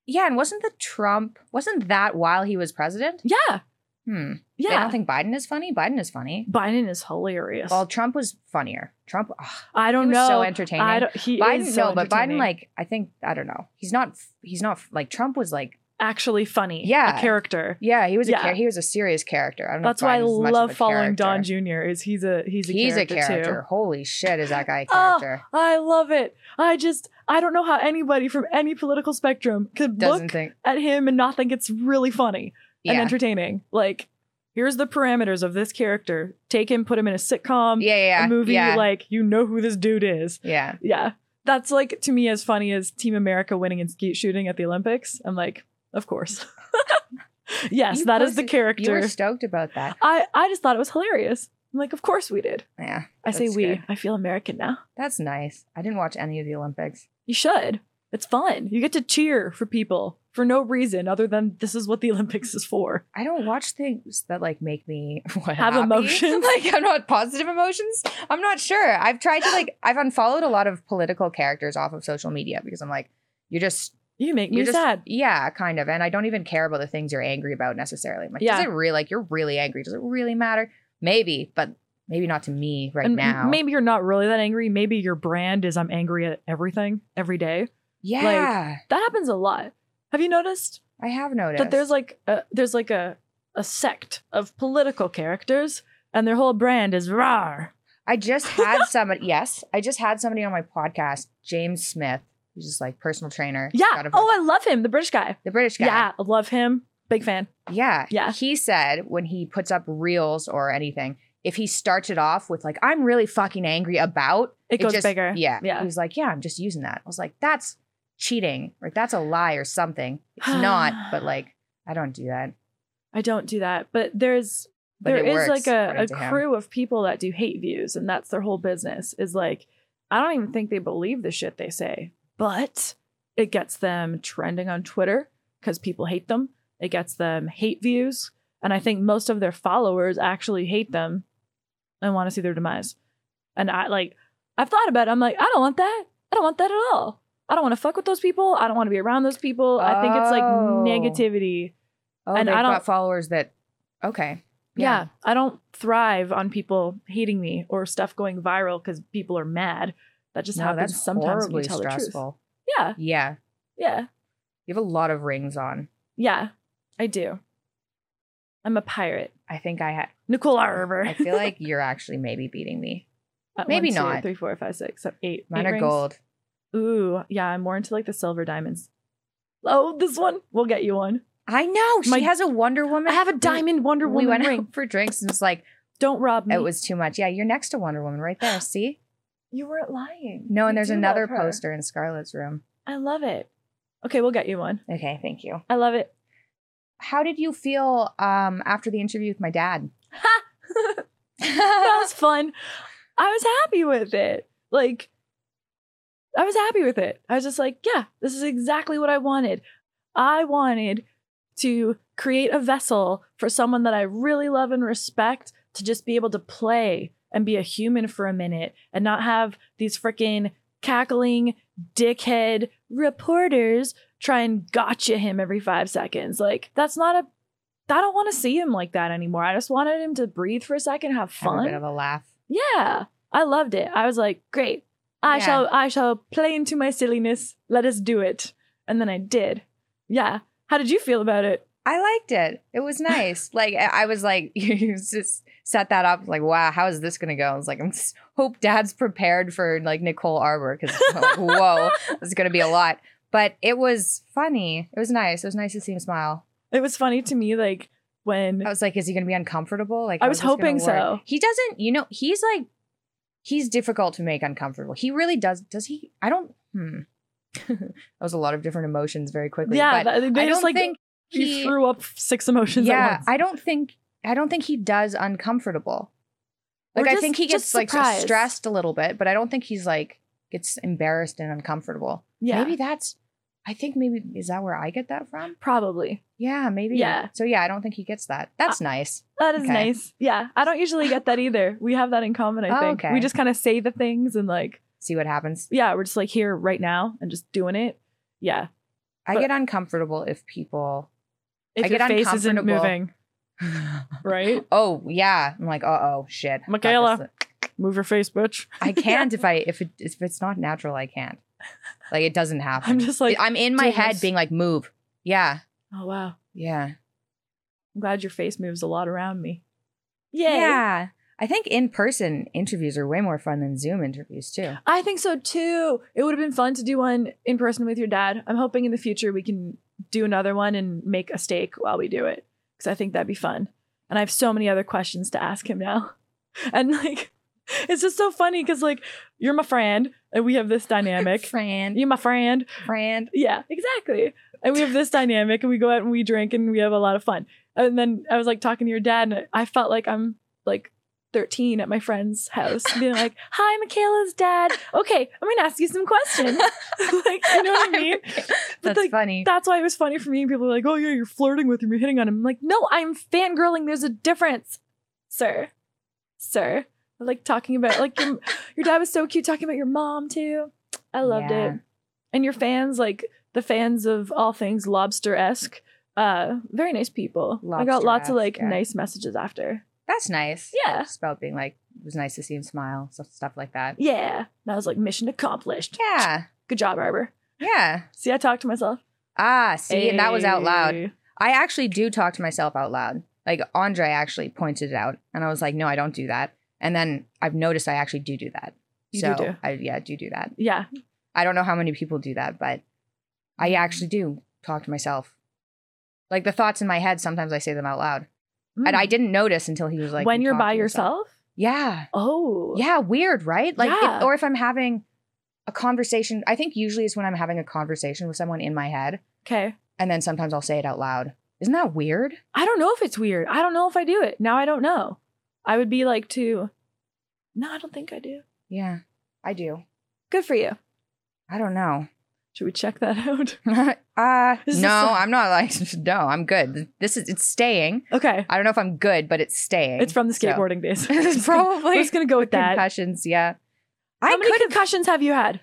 S1: yeah, and wasn't the Trump wasn't that while he was president?
S2: yeah,
S1: Hmm. They
S2: yeah.
S1: don't think Biden is funny. Biden is funny.
S2: Biden is hilarious.
S1: Well, Trump was funnier. Trump, ugh,
S2: I
S1: he
S2: don't
S1: was
S2: know.
S1: so entertaining.
S2: I don't. He
S1: Biden,
S2: is so
S1: no, but Biden,
S2: entertaining.
S1: like, I think I don't know. He's not. f- He's not f- like Trump was like.
S2: actually funny.
S1: Yeah.
S2: a character.
S1: Yeah, he was.
S2: Yeah.
S1: A, char- he was a serious character. I don't know.
S2: That's
S1: if
S2: why I
S1: Biden's as much of
S2: love
S1: a
S2: following Don
S1: character.
S2: Jr. Is he's a he's a
S1: He's
S2: character,
S1: a character.
S2: too.
S1: Holy shit, is that guy a
S2: Oh,
S1: character?
S2: I love it. I just I don't know how anybody from any political spectrum could
S1: Doesn't
S2: look
S1: think.
S2: at him and not think it's really funny
S1: Yeah.
S2: and entertaining. Like, here's the parameters of this character. Take him, put him in a sitcom,
S1: yeah, yeah, yeah.
S2: a movie.
S1: Yeah.
S2: Like, you know who this dude is.
S1: yeah.
S2: Yeah, that's like to me as funny as Team America winning and skeet shooting at the Olympics. I'm like, of course. yes,
S1: You
S2: that is the
S1: posted- You were
S2: character.
S1: stoked about that.
S2: I I just thought it was hilarious. I'm like, of course we did.
S1: Yeah.
S2: I say
S1: That's
S2: we.
S1: good.
S2: I feel American now.
S1: That's nice. I didn't watch any of the Olympics.
S2: You should. It's fun. You get to cheer for people for no reason other than this is what the Olympics is for.
S1: I don't watch things that like make me what,
S2: Have
S1: happy.
S2: emotions?
S1: Like I'm not positive emotions. I'm not sure. I've tried to like I've unfollowed a lot of political characters off of social media because I'm like you're just
S2: You make me
S1: you're just
S2: sad.
S1: yeah, kind of. And I don't even care about the things you're angry about necessarily. I'm like,
S2: Yeah.
S1: does it really like you're really angry? Does it really matter? Maybe, but maybe not to me right
S2: and m-
S1: now.
S2: Maybe you're not really that angry. Maybe your brand is I'm angry at everything every day.
S1: yeah,
S2: That happens a lot. Have you noticed
S1: I have noticed
S2: that there's like a, there's like a a sect of political characters and their whole brand is rar.
S1: I just had somebody. yes, I just had somebody on my podcast, James Smith, who's just like personal trainer. out
S2: Yeah.
S1: of-
S2: Oh, I love him, the British guy.
S1: the British guy.
S2: Yeah, I love him. Big fan.
S1: yeah,
S2: Yeah.
S1: He said when he puts up reels or anything, if he starts it off with like, "I'm really fucking angry about,"
S2: It, goes
S1: just-
S2: bigger.
S1: Yeah,
S2: Yeah.
S1: He was like, "Yeah, I'm just using that." I was like, "That's cheating. Like that's a lie or something." It's not, but like, I don't do that.
S2: I don't do that, but there's
S1: But
S2: there
S1: it
S2: is
S1: works,
S2: like a, a
S1: according to him.
S2: crew of people that do hate views and that's their whole business is like i don't even think they believe the shit they say but it gets them trending on twitter because people hate them it gets them hate views and i think most of their followers actually hate them and want to see their demise and i like i've thought about it i'm like i don't want that i don't want that at all I don't want to fuck with those people. I don't want to be around those people. I think it's like
S1: Oh.
S2: negativity.
S1: Oh,
S2: And
S1: they've
S2: I don't-
S1: got followers that. Okay.
S2: Yeah. I don't thrive on people hating me or stuff going viral because people are mad. That just
S1: No,
S2: happens
S1: that's
S2: sometimes when
S1: horribly
S2: you tell the truth.
S1: stressful.
S2: Yeah.
S1: Yeah.
S2: Yeah.
S1: You have a lot of rings on.
S2: Yeah. I do. I'm a pirate.
S1: I think I had.
S2: Nicole Arbor.
S1: I feel like you're actually maybe beating me.
S2: Uh,
S1: maybe
S2: one, two,
S1: not.
S2: Three, four, five, six, seven, eight.
S1: Mine
S2: Eight
S1: are
S2: rings.
S1: gold.
S2: Ooh, yeah, I'm more into like the silver diamonds. Oh, this one. We'll get you one.
S1: I know. She
S2: My-
S1: has a Wonder Woman.
S2: I have a
S1: We-
S2: diamond Wonder
S1: We
S2: Woman
S1: went
S2: ring. Mm.
S1: out for drinks and it's like
S2: Don't rob me.
S1: it was too much. Yeah, you're next to Wonder Woman right there. See?
S2: you weren't lying.
S1: No, and
S2: You
S1: there's
S2: do love
S1: another
S2: her.
S1: poster in Scarlett's room.
S2: I love it. Okay, we'll get you one.
S1: Okay, thank you.
S2: I love it.
S1: How did you feel um, after the interview with my dad?
S2: that was fun. I was happy with it. Like, I was happy with it. I was just like, yeah, this is exactly what I wanted. I wanted to create a vessel for someone that I really love and respect to just be able to play and be a human for a minute and not have these freaking cackling dickhead reporters try and gotcha him every five seconds. Like, that's not a. I don't want to see him like that anymore. I just wanted him to breathe for a second, have
S1: Have
S2: fun.
S1: a bit of a laugh.
S2: Yeah, I loved it. I was like, great. I
S1: Yeah.
S2: shall I shall play into my silliness. Let us do it. And then I did. Yeah. How did you feel about it?
S1: I liked it. It was nice. like I I was like, you just set that up. Like, wow, how is this gonna go? I was like, I just hope Dad's prepared for like Nicole Arbor because whoa, this is gonna be a lot. But it was funny. It was nice. It was nice to see him smile.
S2: It was funny to me like when
S1: I was like, is he gonna be uncomfortable? Like,
S2: I
S1: how's
S2: was
S1: this gonna
S2: hoping
S1: work?
S2: so.
S1: He doesn't. You know, he's like, he's difficult to make uncomfortable. He really does. Does he? I don't. Hmm. that was a lot of different emotions very quickly.
S2: yeah,
S1: but
S2: th- they
S1: I
S2: just
S1: don't
S2: like
S1: think
S2: you
S1: he-
S2: threw up six emotions
S1: yeah,
S2: at once.
S1: I don't think I don't think he does uncomfortable.
S2: Or
S1: Like I
S2: just-
S1: think he
S2: just
S1: gets like
S2: surprised.
S1: stressed a little bit, but I don't think he's like gets embarrassed and uncomfortable.
S2: yeah,
S1: Maybe that's I think maybe is that where I get that from?
S2: probably.
S1: Yeah, maybe.
S2: Yeah. Uh,
S1: So yeah, I don't think he gets that. That's nice.
S2: That is
S1: Okay.
S2: nice. Yeah, I don't usually get that either. We have that in common, I
S1: Oh,
S2: think.
S1: okay.
S2: We just kind of say the things and like,
S1: See what happens.
S2: yeah, we're just like here right now and just doing it. Yeah.
S1: I
S2: But-
S1: get uncomfortable if people
S2: If
S1: I
S2: your
S1: get
S2: face isn't
S1: uncomfortable.
S2: moving, right?
S1: Oh, yeah. I'm like, "Uh-oh, shit." That
S2: Michaela.
S1: doesn't-
S2: Move your face, bitch.
S1: I can't if I if it if it's not natural, I can't. Like it doesn't happen.
S2: I'm just like,
S1: I'm in my
S2: doing
S1: head
S2: this.
S1: being like, "Move." Yeah.
S2: oh wow.
S1: Yeah.
S2: I'm glad your face moves a lot around me.
S1: Yeah. I think in person interviews are way more fun than Zoom interviews too.
S2: I think so too. It would have been fun to do one in person with your dad. I'm hoping in the future we can do another one and make a steak while we do it because I think that'd be fun. And I have so many other questions to ask him now. And like, it's just so funny because like, you're my friend and we have this dynamic.
S1: Friend,
S2: you're my friend.
S1: friend.
S2: Yeah, exactly. And we have this dynamic, and we go out and we drink, and we have a lot of fun. And then I was like talking to your dad, and I felt like I'm like 13 at my friend's house, being like, "Hi, Michaela's dad. Okay, I'm gonna ask you some questions." like, you know what I mean? But,
S1: That's
S2: like,
S1: funny.
S2: That's why it was funny for me. People were like, "Oh yeah, you're flirting with him. You're hitting on him." I'm like, "No, I'm fangirling. There's a difference, sir, sir." I like talking about like your, your dad was so cute talking about your mom too. I loved
S1: Yeah.
S2: it, and your fans like the fans of all things lobster esque. Uh, very nice people. I got lots of like
S1: Lobster-esque, yeah.
S2: nice messages after.
S1: That's nice.
S2: Yeah.
S1: Just about being like, it was nice to see him smile, stuff, stuff like that.
S2: Yeah, and I was like, mission accomplished.
S1: Yeah.
S2: Good job, Arbor.
S1: Yeah.
S2: See, I talked to myself.
S1: Ah, see, and that was out loud.
S2: Hey.
S1: I actually do talk to myself out loud. Like Andre actually pointed it out, and I was like, no, I don't do that. And then I've noticed I actually do do that.
S2: You
S1: so
S2: do do.
S1: I, yeah, I do do that.
S2: Yeah,
S1: I don't know how many people do that, but I actually do talk to myself. Like the thoughts in my head, sometimes I say them out loud. And I didn't notice until he was like,
S2: Mm. Hmm. when
S1: "You
S2: you're
S1: talk to
S2: by yourself.
S1: Yeah.
S2: Oh,
S1: Yeah. Weird, right? Like, if-
S2: Yeah.
S1: or if I'm having a conversation, I think usually it's when I'm having a conversation with someone in my head.
S2: Okay.
S1: And then sometimes I'll say it out loud. Isn't that weird?
S2: I don't know if it's weird. I don't know if I do it. Now I don't know. I would be like to No, I don't think I do.
S1: Yeah. I do.
S2: Good for you.
S1: I don't know.
S2: Should we check that out?
S1: uh,
S2: This is
S1: no,
S2: so-
S1: I'm not like, no, I'm good. This is, it's staying.
S2: Okay.
S1: I don't know if I'm good, but it's staying.
S2: It's from the
S1: So-
S2: skateboarding days.
S1: It's
S2: Just gonna-
S1: probably
S2: We're just gonna go with that.
S1: concussions. Yeah.
S2: How
S1: I
S2: many
S1: could have.
S2: concussions have you had?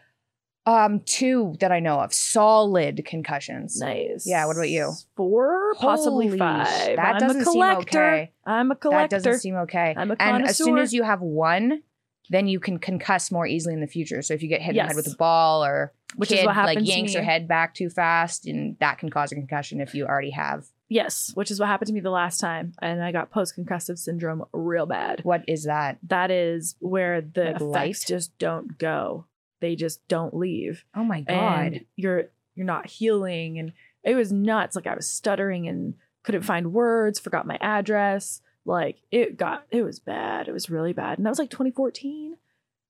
S1: Um, two that I know of, solid concussions.
S2: Nice.
S1: Yeah, what about you?
S2: Four, possibly
S1: Holy sh-
S2: five.
S1: that
S2: I'm
S1: doesn't
S2: a
S1: seem
S2: collector.
S1: okay.
S2: I'm a
S1: That
S2: collector.
S1: doesn't seem okay.
S2: I'm a
S1: And as soon
S2: connoisseur.
S1: as you have one, then you can concuss more easily in the future. So if you get hit in the head with
S2: Yes.
S1: a ball or
S2: which
S1: kid
S2: is what
S1: like
S2: happened
S1: yanks
S2: to me.
S1: your head back too fast, and that can cause a concussion if you already have.
S2: Yes, which is what happened to me the last time, and I got post concussive syndrome real bad.
S1: What is that?
S2: That is where the
S1: Like
S2: effects
S1: light?
S2: just don't go. They just don't leave.
S1: Oh my god!
S2: and you're you're not healing and it was nuts like i was stuttering and couldn't find words forgot my address like it got it was bad it was really bad and that was like 2014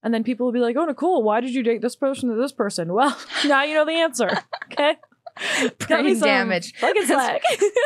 S2: and then people would be like oh nicole why did you date this person to this person well now you know the answer okay Got me
S1: Brain
S2: some
S1: damage.
S2: fucking slack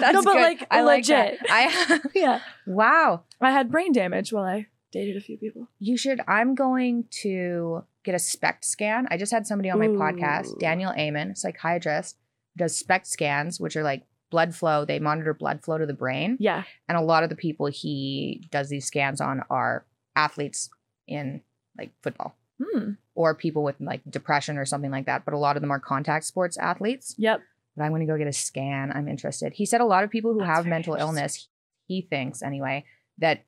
S1: That's
S2: no but
S1: good.
S2: like
S1: I like that.
S2: legit
S1: I
S2: yeah
S1: wow.
S2: i had brain damage while i dated a few people
S1: You should. I'm going to get a SPECT scan. I just had somebody on my
S2: Ooh.
S1: podcast, Daniel Amen, psychiatrist, who does SPECT scans, which are like blood flow. They monitor blood flow to the brain,
S2: yeah
S1: and a lot of the people he does these scans on are athletes in like football
S2: hmm
S1: or people with like depression or something like that. But a lot of them are contact sports athletes.
S2: yep
S1: but I'm going to go get a scan. I'm interested. He said a lot of people who
S2: That's
S1: have
S2: very
S1: mental
S2: interesting.
S1: illness, he thinks anyway, that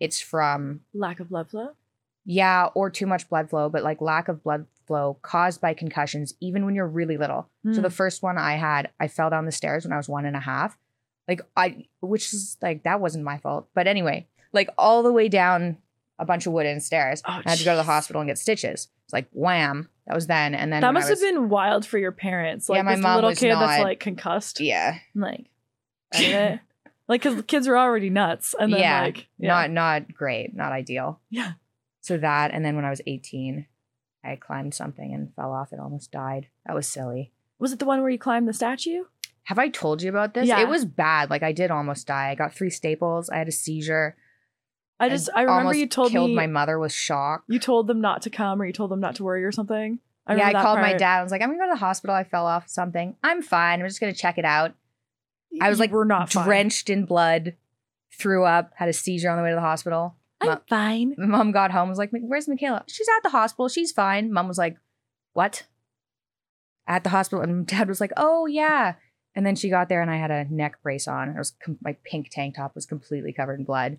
S1: it's from,
S2: lack of blood flow
S1: yeah, or too much blood flow, but like lack of blood flow caused by concussions, even when you're really little. So
S2: Mm.
S1: the first one I had, I fell down the stairs when I was one and a half. Like, I, which is like, that wasn't my fault. But anyway, like all the way down a bunch of wooden stairs.
S2: Oh,
S1: I had to go to the
S2: jeez.
S1: hospital and get stitches. It's like, wham. That was then. And then
S2: that
S1: when I
S2: must have
S1: was-
S2: been wild for your parents.
S1: Yeah,
S2: Like
S1: my
S2: this
S1: mom
S2: little
S1: was
S2: kid that's
S1: not- e-
S2: like concussed.
S1: yeah.
S2: I'm Like, I get it. like because kids are already nuts, and then
S1: Yeah,
S2: like, yeah,
S1: Not, not great. Not ideal.
S2: yeah.
S1: So that, and then when I was 18, I climbed something and fell off and almost died. That was silly.
S2: Was it the one where you climbed the statue?
S1: Have I told you about this?
S2: Yeah.
S1: It was bad. Like I did almost die. I got three staples. I had a seizure.
S2: I just I, remember
S1: almost
S2: you told
S1: killed
S2: me
S1: my mother with shock.
S2: you told them not to come, or you told them not to worry, or something.
S1: yeah, I
S2: I remember that
S1: called my
S2: part.
S1: dad. I was like, I'm gonna go to the hospital. I fell off something. I'm fine. I'm just gonna check it out. I was,
S2: You
S1: like,
S2: we're not fine.
S1: Drenched in blood, threw up, had a seizure on the way to the hospital.
S2: I'm fine.
S1: My mom got home, was like, Where's Michaela? She's at the hospital. She's fine. Mom was like, What? At the hospital. And dad was like, Oh, yeah. And then she got there and I had a neck brace on. I was com- my pink tank top was completely covered in blood.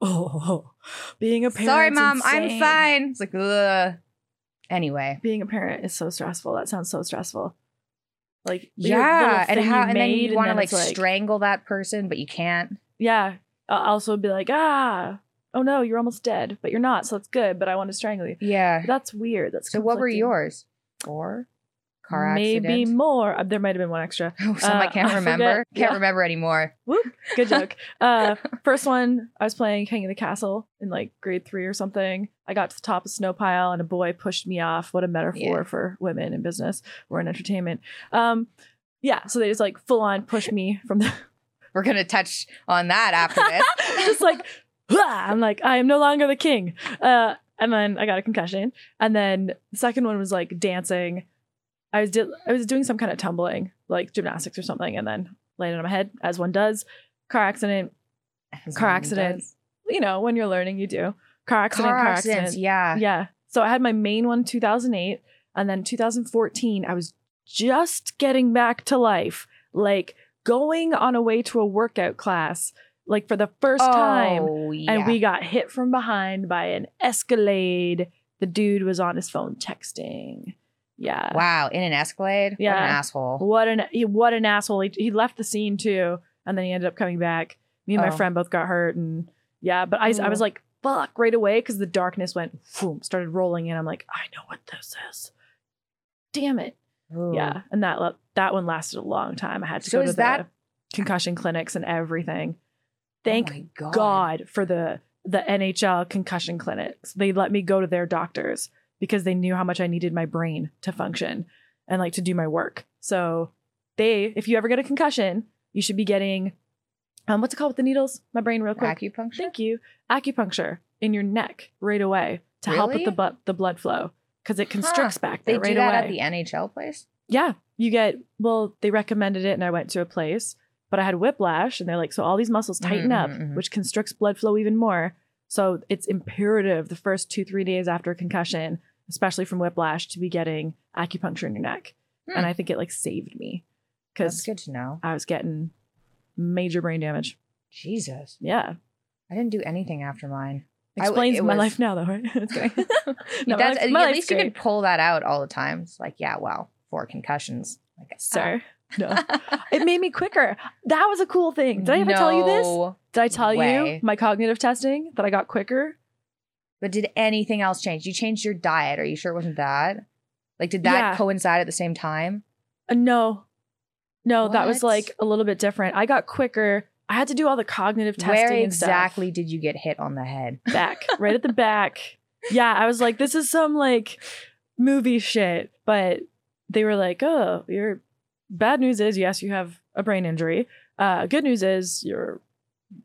S2: Oh, being a parent.
S1: Sorry, mom, I'm fine. It's like, Ugh. Anyway.
S2: Being a parent is so stressful. That sounds so stressful. Like your little
S1: Yeah. And
S2: thing you
S1: how and then
S2: made,
S1: you want to like,
S2: it's, like
S1: strangle that person, but you can't.
S2: Yeah. I'll also be like, ah, oh no, you're almost dead, but you're not, so that's good, but I want to strangle you.
S1: Yeah.
S2: That's weird. That's
S1: So what were
S2: conflicting.
S1: yours? Four? Car
S2: Maybe
S1: accident.
S2: more. Uh, There might have been one extra.
S1: Some I
S2: Uh,
S1: can't
S2: I
S1: remember.
S2: forget.
S1: Can't
S2: Yeah.
S1: remember anymore.
S2: Good joke. uh, first one, I was playing King of the Castle in like grade three or something. I got to the top of a snow pile and a boy pushed me off. What a metaphor
S1: Yeah.
S2: for women in business or in entertainment. Um, yeah, so they just like full on pushed me from the
S1: We're gonna touch on that after this.
S2: just like "Hua!" I'm like I am no longer the king. Uh, and then I got a concussion. And then the second one was like dancing. I was did I was doing some kind of tumbling, like gymnastics or something, and then landed on my head as one does. Car accident.
S1: As
S2: Car
S1: one
S2: accident.
S1: does.
S2: You know when you're learning, you do car accident. Car, accident.
S1: Yeah.
S2: Yeah. So I had my main one 2008 and then 2014 I was just getting back to life, like going on a way to a workout class like for the first time
S1: Oh, yeah.
S2: and we got hit from behind by an Escalade. The dude was on his phone texting. Yeah.
S1: wow, in an Escalade?
S2: uh, Yeah.
S1: What an asshole.
S2: What an he- what an asshole. He, he left the scene too, and then he ended up coming back. Me and my
S1: Oh.
S2: friend both got hurt, and yeah. But I, I was
S1: Ooh.
S2: like, fuck, right away, because the darkness went, boom, started rolling in. I'm like, I know what this is. Damn it.
S1: Ooh. oh
S2: Yeah. And that le- that one lasted a long time. I had to
S1: So
S2: go to
S1: is
S2: the
S1: that-
S2: concussion clinics and everything.
S1: Oh
S2: Thank
S1: my God.
S2: God for the the NHL concussion clinics. They let me go to their doctors because they knew how much I needed my brain to function and like to do my work. So they, if you ever get a concussion, you should be getting um what's it called with the needles? My brain real quick.
S1: Acupuncture?
S2: Thank you. Acupuncture in your neck right away to help with
S1: Really?
S2: the blood the blood flow because it
S1: Huh.
S2: constricts back
S1: they
S2: there right
S1: do that
S2: away.
S1: at the NHL place?
S2: Yeah, you get well, they recommended it and I went to a place, but I had whiplash and they're like, so all these muscles tighten up,
S1: Mhm, mhm, mhm.
S2: which constricts blood flow even more. So it's imperative the first two, three days after a concussion, especially from whiplash, to be getting acupuncture in your neck.
S1: Hmm.
S2: And I think it like saved me
S1: That's
S2: because
S1: good to know.
S2: I was getting major brain damage.
S1: Jesus.
S2: Yeah.
S1: I didn't do anything after mine. I w-
S2: Explains
S1: it
S2: my
S1: was-
S2: life now, though, right? It's great. No, my
S1: That's-
S2: life-
S1: at
S2: my life's
S1: least you
S2: great.
S1: could pull that out all the time. It's like, yeah, well, four concussions. Like, ah.
S2: Sir. No. It made me quicker. That was a cool thing. Did I ever tell you this?
S1: No.
S2: Did I tell you
S1: way.
S2: my cognitive testing that I got quicker?
S1: But did anything else change? You changed your diet. Are you sure it wasn't that? Like, did that
S2: Yeah.
S1: coincide at the same time?
S2: Uh, no. No, that was
S1: What?
S2: like a little bit different. I got quicker. I had to do all the cognitive testing
S1: Where
S2: and stuff.
S1: exactly did you get hit on the head?
S2: back, right at the back. Yeah, I was like, this is some like movie shit. But they were like, oh, your bad news is yes, you have a brain injury. Uh, good news is you're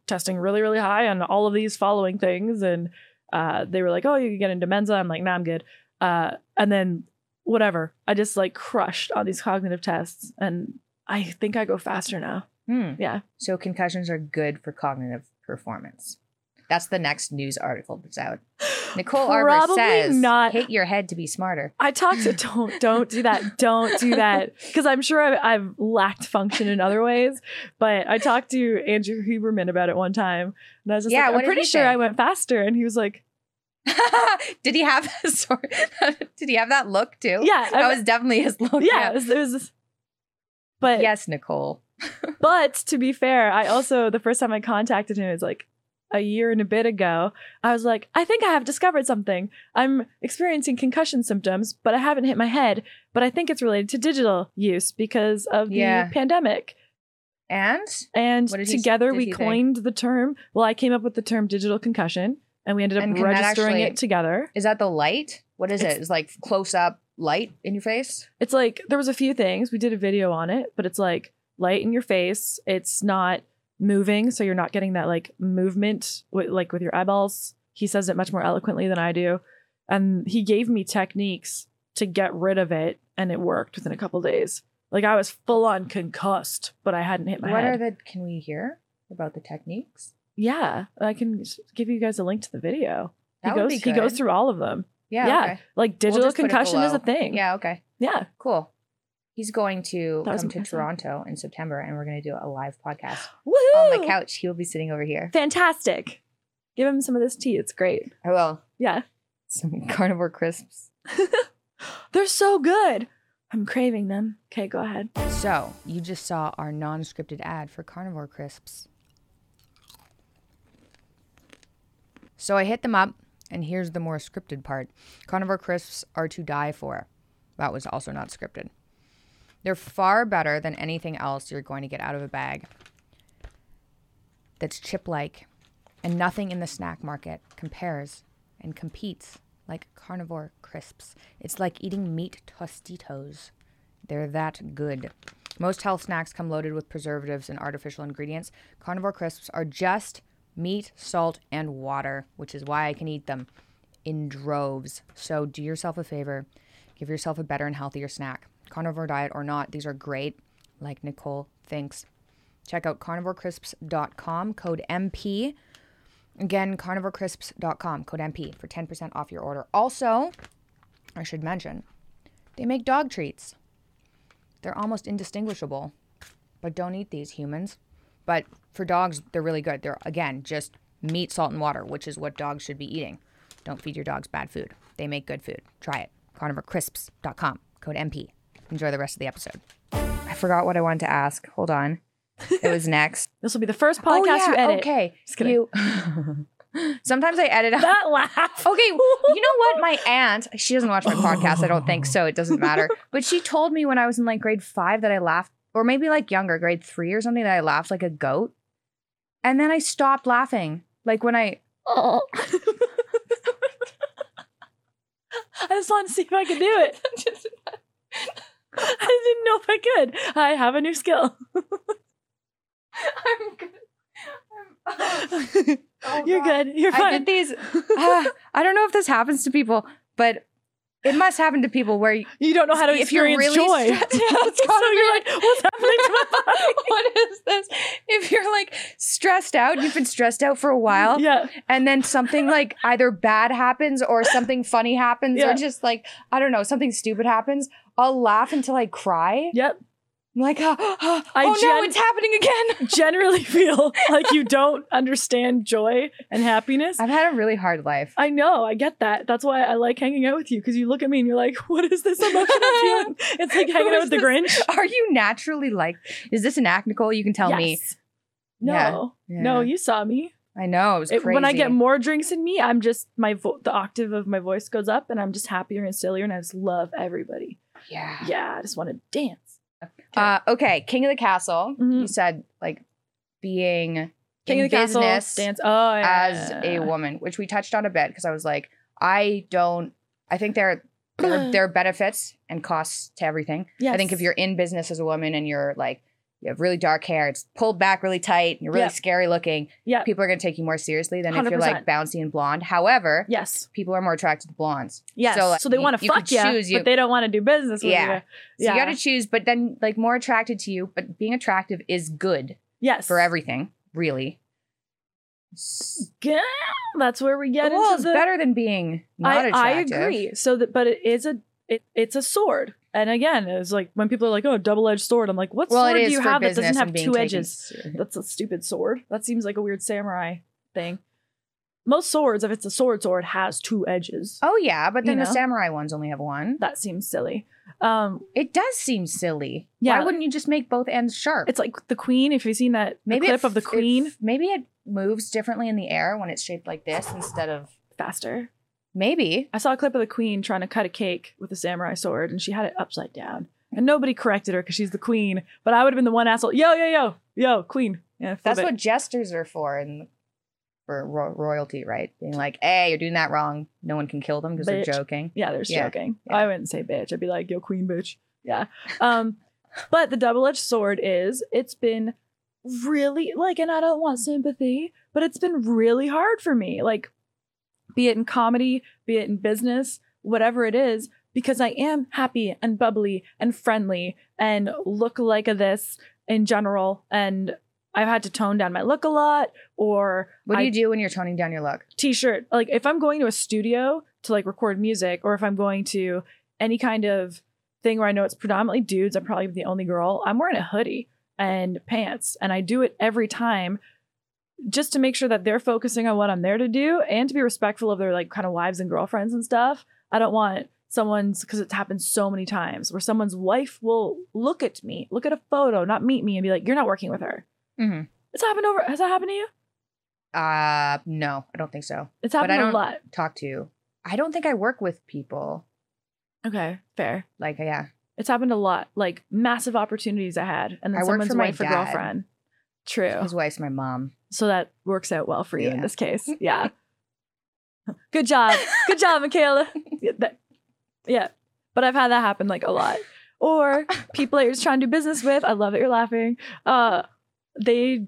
S2: testing really, really high on all of these following things. And uh, they were like, oh, you can get into Mensa. I'm like, nah, I'm good. Uh, and then whatever, I just like crushed on these cognitive tests, and I think I go faster now.
S1: Hmm.
S2: Yeah.
S1: So concussions are good for cognitive performance. That's the next news article that's out. Nicole Arbor
S2: Probably
S1: says,
S2: not
S1: "Hit your head to be smarter."
S2: I talked to don't don't do that don't do that because I'm sure I've, I've lacked function in other ways. But I talked to Andrew Huberman about it one time, and I was just
S1: Yeah,
S2: like,
S1: what
S2: I'm
S1: did
S2: pretty
S1: he
S2: sure I
S1: think?
S2: went faster, and he was like,
S1: did he have sorry, Did he have that look too?
S2: Yeah,
S1: that
S2: I-
S1: was definitely his look.
S2: Yeah, it was. It was but
S1: Yes, Nicole.
S2: but to be fair, I also the first time I contacted him it was like a year and a bit ago. I was like, I think I have discovered something. I'm experiencing concussion symptoms, but I haven't hit my head. But I think it's related to digital use because of the
S1: Yeah.
S2: pandemic.
S1: And
S2: And
S1: What did he-
S2: together
S1: did
S2: we
S1: he think?
S2: coined the term. Well, I came up with the term digital concussion and we ended up
S1: And can that
S2: registering
S1: actually-
S2: it together.
S1: is that the light? What is
S2: It's-
S1: it? It's like close up light in your face.
S2: It's like there was a few things. We did a video on it, but it's like light in your face. It's not moving, so you're not getting that like movement with, like with your eyeballs. He says it much more eloquently than I do. And he gave me techniques to get rid of it and it worked within a couple days. Like I was full on concussed, but I hadn't hit my
S1: what
S2: head.
S1: are the? Can we hear about the techniques?
S2: yeah, I can s- give you guys a link to the video.
S1: That
S2: he
S1: would
S2: goes
S1: be
S2: he goes
S1: good.
S2: through all of them.
S1: Yeah.
S2: yeah.
S1: Okay.
S2: Like digital
S1: just put it
S2: concussion is a
S1: below.
S2: thing.
S1: Yeah. Okay.
S2: Yeah.
S1: Cool. He's going to
S2: That was
S1: come to
S2: impressive.
S1: Toronto in September, and we're going to do a live podcast
S2: Woohoo!
S1: on my couch. He will be sitting over here.
S2: Fantastic. Give him some of this tea. It's great.
S1: I will.
S2: Yeah.
S1: Oh, Some carnivore crisps.
S2: They're so good. I'm craving them. Okay, go ahead.
S1: So, you just saw our non scripted ad for carnivore crisps. So, I hit them up, and here's the more scripted part carnivore crisps are to die for. That was also not scripted. They're far better than anything else you're going to get out of a bag that's chip like, and nothing in the snack market compares and competes like carnivore crisps. It's like eating meat tostitos. They're that good. Most health snacks come loaded with preservatives and artificial ingredients. Carnivore crisps are just meat, salt, and water, which is why I can eat them in droves. So do yourself a favor, give yourself a better and healthier snack. Carnivore diet or not, these are great, like Nicole thinks. Check out carnivorecrisps.com, code MP. Again, carnivorecrisps.com, code MP for 10% off your order. Also, I should mention, they make dog treats. They're almost indistinguishable. But don't eat these humans. But for dogs, they're really good. They're, again, just meat, salt, and water, which is what dogs should be eating. Don't feed your dogs bad food. They make good food. Try it. CarnivoreCrisps.com, code MP. Enjoy the rest of the episode. I forgot what I wanted to ask. Hold on. It was next.
S2: This will be the first podcast you edit.
S1: Oh, Okay.
S2: Just kidding.
S1: You- Sometimes I edit out.
S2: That laugh.
S1: Okay, you know what? My aunt, she doesn't watch my podcast, I don't think, so it doesn't matter. But she told me when I was in like grade five that I laughed, or maybe like younger, grade three or something, that I laughed like a goat. And then I stopped laughing. Like when I,
S2: Oh. I just wanted to see if I could do it. I didn't know if I could. I have a new skill.
S1: I'm good. Oh,
S2: You're good. You're
S1: I
S2: fine.
S1: did these. ah, I don't know if this happens to people, but it must happen to people where
S2: You don't know how to
S1: If you're
S2: experience
S1: really
S2: joy.
S1: stressed
S2: so you're like, what's happening to my body?
S1: what is this. If you're like stressed out, you've been stressed out for a while,
S2: Yeah.
S1: and then something like either bad happens or something funny happens or
S2: Yeah.
S1: just like, I don't know, something stupid happens, I'll laugh until I cry.
S2: Yep.
S1: I'm like, "Ah, ah, oh,
S2: I
S1: no,
S2: gen-
S1: it's happening again.
S2: Generally feel like you don't understand joy and happiness.
S1: I've had a really hard life.
S2: I know, I get that. That's why I like hanging out with you because you look at me and you're like, what is this emotion I'm feeling? It's like
S1: Who
S2: hanging out
S1: is
S2: with the
S1: this?
S2: Grinch.
S1: Are you naturally like, is this an act, Nicole? You can tell me.
S2: Yes. No,
S1: Yeah.
S2: no, you saw me.
S1: I know. It was
S2: It-
S1: crazy.
S2: when I get more drinks in me, I'm just my vo- the octave of my voice goes up, and I'm just happier and sillier, and I just love everybody.
S1: yeah.
S2: Yeah, I just want to dance.
S1: Uh, okay, King of the Castle.
S2: Mhm.
S1: You said like being
S2: King
S1: in
S2: of the Castle,
S1: business
S2: dance. Oh,
S1: as a
S2: yeah.
S1: woman, which we touched on a bit because I was like, I don't. I think there there, there are benefits and costs to everything. I think if
S2: Yes.
S1: you're in business as a woman and you're like you have really dark hair, it's pulled back really tight, and you're really
S2: Yeah.
S1: scary looking.
S2: yeah,
S1: People are going to take you more seriously than if you're like
S2: 100%.
S1: bouncy and blonde. However,
S2: yes,
S1: people are more attracted to blondes.
S2: yes.
S1: So,
S2: So,
S1: like,
S2: they
S1: you-
S2: want to
S1: you could
S2: fuck you,
S1: choose you.
S2: but they don't want to do business with
S1: Yeah.
S2: you.
S1: So you got to choose, but then like more attracted to you, but being attractive is good
S2: yes
S1: for everything, really.
S2: Yeah, That's where we get
S1: well,
S2: into
S1: it's
S2: the.
S1: better than being not
S2: I, I
S1: attractive.
S2: agree. So that, but it is a it, it's a sword. And again, it's like when people are like, "Oh, double edged sword." I'm like, "What
S1: Well,
S2: sword
S1: it
S2: do
S1: is
S2: you
S1: for
S2: have that
S1: business
S2: doesn't
S1: and
S2: have
S1: being
S2: two
S1: taken
S2: edges?"
S1: seriously.
S2: That's a stupid sword. That seems like a weird samurai thing. Most swords, if it's a sword sword, has two edges.
S1: Oh yeah, but
S2: You
S1: then the
S2: know?
S1: samurai ones only have one.
S2: That seems silly. Um,
S1: It does seem silly.
S2: Yeah.
S1: Why wouldn't you just make both ends sharp?
S2: it's like the queen. If you've seen that the
S1: it
S2: clip of the
S1: f- it
S2: queen,
S1: f- maybe it moves differently in the air when it's shaped like this instead of
S2: faster.
S1: maybe.
S2: I saw a clip of the queen trying to cut a cake with a samurai sword, and she had it upside down. And nobody corrected her because she's the queen. But I would have been the one asshole. Yo, yo, yo, yo, queen. Yeah, flip
S1: That's
S2: it.
S1: what jesters are for in for ro- royalty, right? Being like, "Hey, you're doing that wrong. No one can kill them because they're
S2: Bitch.
S1: joking."
S2: Yeah, they're
S1: Yeah,
S2: joking.
S1: yeah.
S2: I wouldn't say bitch. I'd be like, yo, queen bitch. Yeah. Um, but the double-edged sword is it's been really like, and I don't want sympathy, but it's been really hard for me. Like, be it in comedy, be it in business, whatever it is, because I am happy and bubbly and friendly and look like a this in general. And I've had to tone down my look a lot, or
S1: What do
S2: I
S1: you do when you're toning down your look?
S2: t-shirt like if i'm going to a studio to like record music or if i'm going to any kind of thing where i know it's predominantly dudes i'm probably the only girl i'm wearing a hoodie and pants and i do it every time just to make sure that they're focusing on what i'm there to do and to be respectful of their like kind of wives and girlfriends and stuff i don't want someone's because it's happened so many times where someone's wife will look at me look at a photo not meet me and be like you're not working with her
S1: Mm-hmm.
S2: it's happened over has that happened to you
S1: Uh, no, I don't think so.
S2: it's
S1: But I
S2: happened a
S1: don't-
S2: lot
S1: Talk to. I don't think I work with people
S2: okay fair
S1: like yeah.
S2: It's happened a lot, like massive opportunities I had, and then
S1: I worked
S2: someone's
S1: for my
S2: wife or
S1: dad.
S2: girlfriend. True.
S1: His wife's my mom.
S2: So that works out well for you in
S1: Yeah.
S2: this case. Yeah. Good job. Good job, Michaela. Yeah, that- yeah. But I've had that happen like a lot. Or people that you're just trying to do business with. I love that you're laughing. Uh, they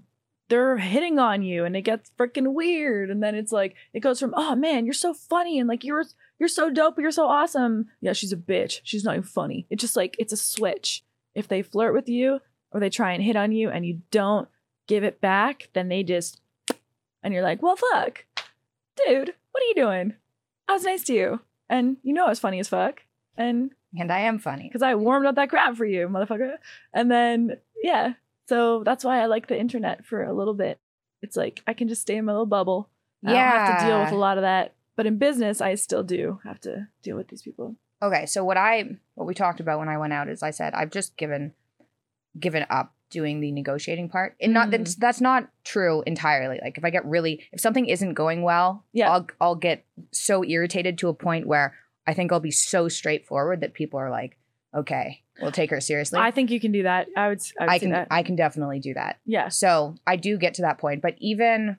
S2: they're hitting on you, and it gets freaking weird. And then it's like it goes from oh man, you're so funny, and like you're you're so dope, you're so awesome. Yeah, she's a bitch. She's not even funny. It's just like it's a switch. If they flirt with you or they try and hit on you, and you don't give it back, then they just and you're like, well, fuck, dude, what are you doing? I was nice to you, and you know I was funny as fuck, and
S1: And I am funny.
S2: because I warmed up that crap for you, motherfucker. And then, yeah. So that's why I like the internet for a little bit. It's like I can just stay in my little bubble. I don't have to deal with a
S1: Yeah.
S2: lot of that. But in business, I still do have to deal with these people.
S1: Okay, so what I what we talked about when I went out is I said I've just given given up doing the negotiating part. And not that's
S2: Mm.
S1: that's not true entirely. Like if I get really if something isn't going well,
S2: Yeah.
S1: I'll I'll get so irritated to a point where I think I'll be so straightforward that people are like, "Okay, we'll take her seriously."
S2: I think you can do that. I would. s- I, would
S1: I
S2: say
S1: can
S2: That.
S1: I can definitely do that.
S2: yeah.
S1: So I do get to that point, but even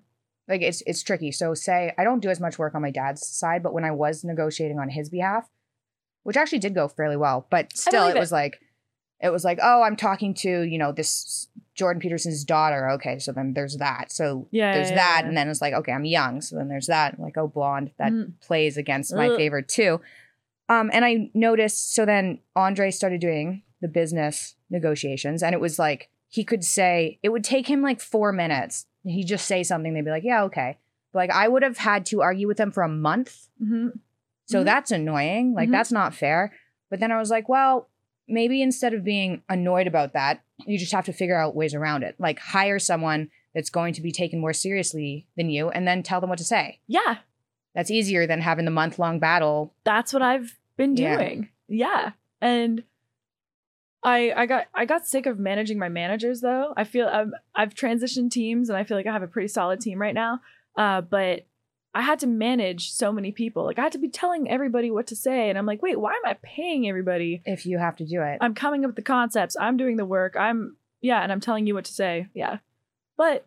S1: like it's it's tricky. So say I don't do as much work on my dad's side, but when I was negotiating on his behalf, which actually did go fairly well, but still
S2: believe
S1: it was like it was like, oh, I'm talking to, you know, this Jordan Peterson's daughter. Okay, so then there's that. So
S2: Yeah.
S1: there's
S2: yeah,
S1: that.
S2: yeah,
S1: And then it's like, okay, I'm young. So then there's that. I'm like, oh, blonde.
S2: yeah.
S1: That
S2: Mhm.
S1: plays against my
S2: Ugh.
S1: favor too. Um, and I noticed so then Andre started doing the business negotiations, and it was like he could say it would take him like four minutes. He'd just say something. They'd be like, "Yeah, okay." But, like I would have had to argue with them for a month.
S2: Mm-hmm.
S1: So
S2: Mhm.
S1: that's annoying. Like
S2: Mhm.
S1: that's not fair. But then I was like, well, maybe instead of being annoyed about that, you just have to figure out ways around it. Like hire someone that's going to be taken more seriously than you and then tell them what to say.
S2: Yeah,
S1: That's easier than having the month long battle.
S2: that's what I've been
S1: Yeah.
S2: doing. Yeah. And I I got I got sick of managing my managers though. I feel I'm, I've transitioned teams and I feel like I have a pretty solid team right now. Uh, but I had to manage so many people. Like I had to be telling everybody what to say, and I'm like, wait, why am I paying everybody?
S1: If you have to do it,
S2: I'm coming up with the concepts. I'm doing the work. I'm yeah, and I'm telling you what to say. Yeah. But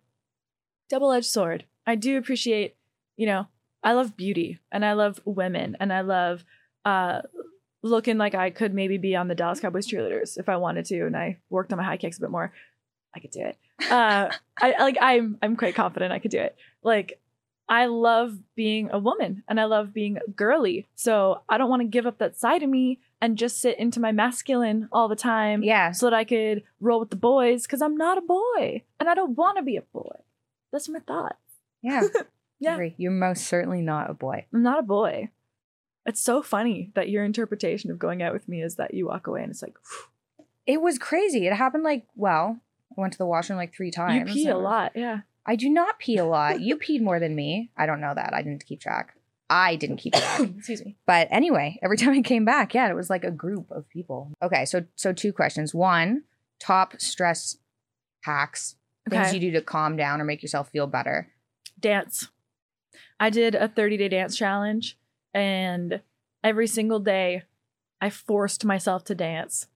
S2: double-edged sword. I do appreciate, you know, I love beauty and I love women and I love uh looking like I could maybe be on the Dallas Cowboys cheerleaders if I wanted to and I worked on my high kicks a bit more. I could do it. Uh I I- like I'm I'm quite confident I could do it. Like I love being a woman and I love being girly. So I don't want to give up that side of me and just sit into my masculine all the time
S1: yeah.
S2: so that I could roll with the boys because I'm not a boy and I don't want to be a boy. That's my thought.
S1: Yeah.
S2: Yeah.
S1: Agree. You're most certainly not a boy.
S2: I'm not a boy. It's so funny that your interpretation of going out with me is that you walk away and it's like
S1: It was crazy. It happened like, well, I went to the washroom like three
S2: you
S1: times.
S2: pee a lot. Yeah.
S1: I do not pee a lot. You peed more than me. I don't know that. I didn't keep track. I didn't keep track.
S2: Excuse me.
S1: But anyway, every time I came back, yeah, it was like a group of people. Okay, so so two questions. One, top stress hacks, things
S2: Okay.
S1: you do to calm down or make yourself feel better.
S2: dance. I did a 30 day dance challenge, and every single day I forced myself to dance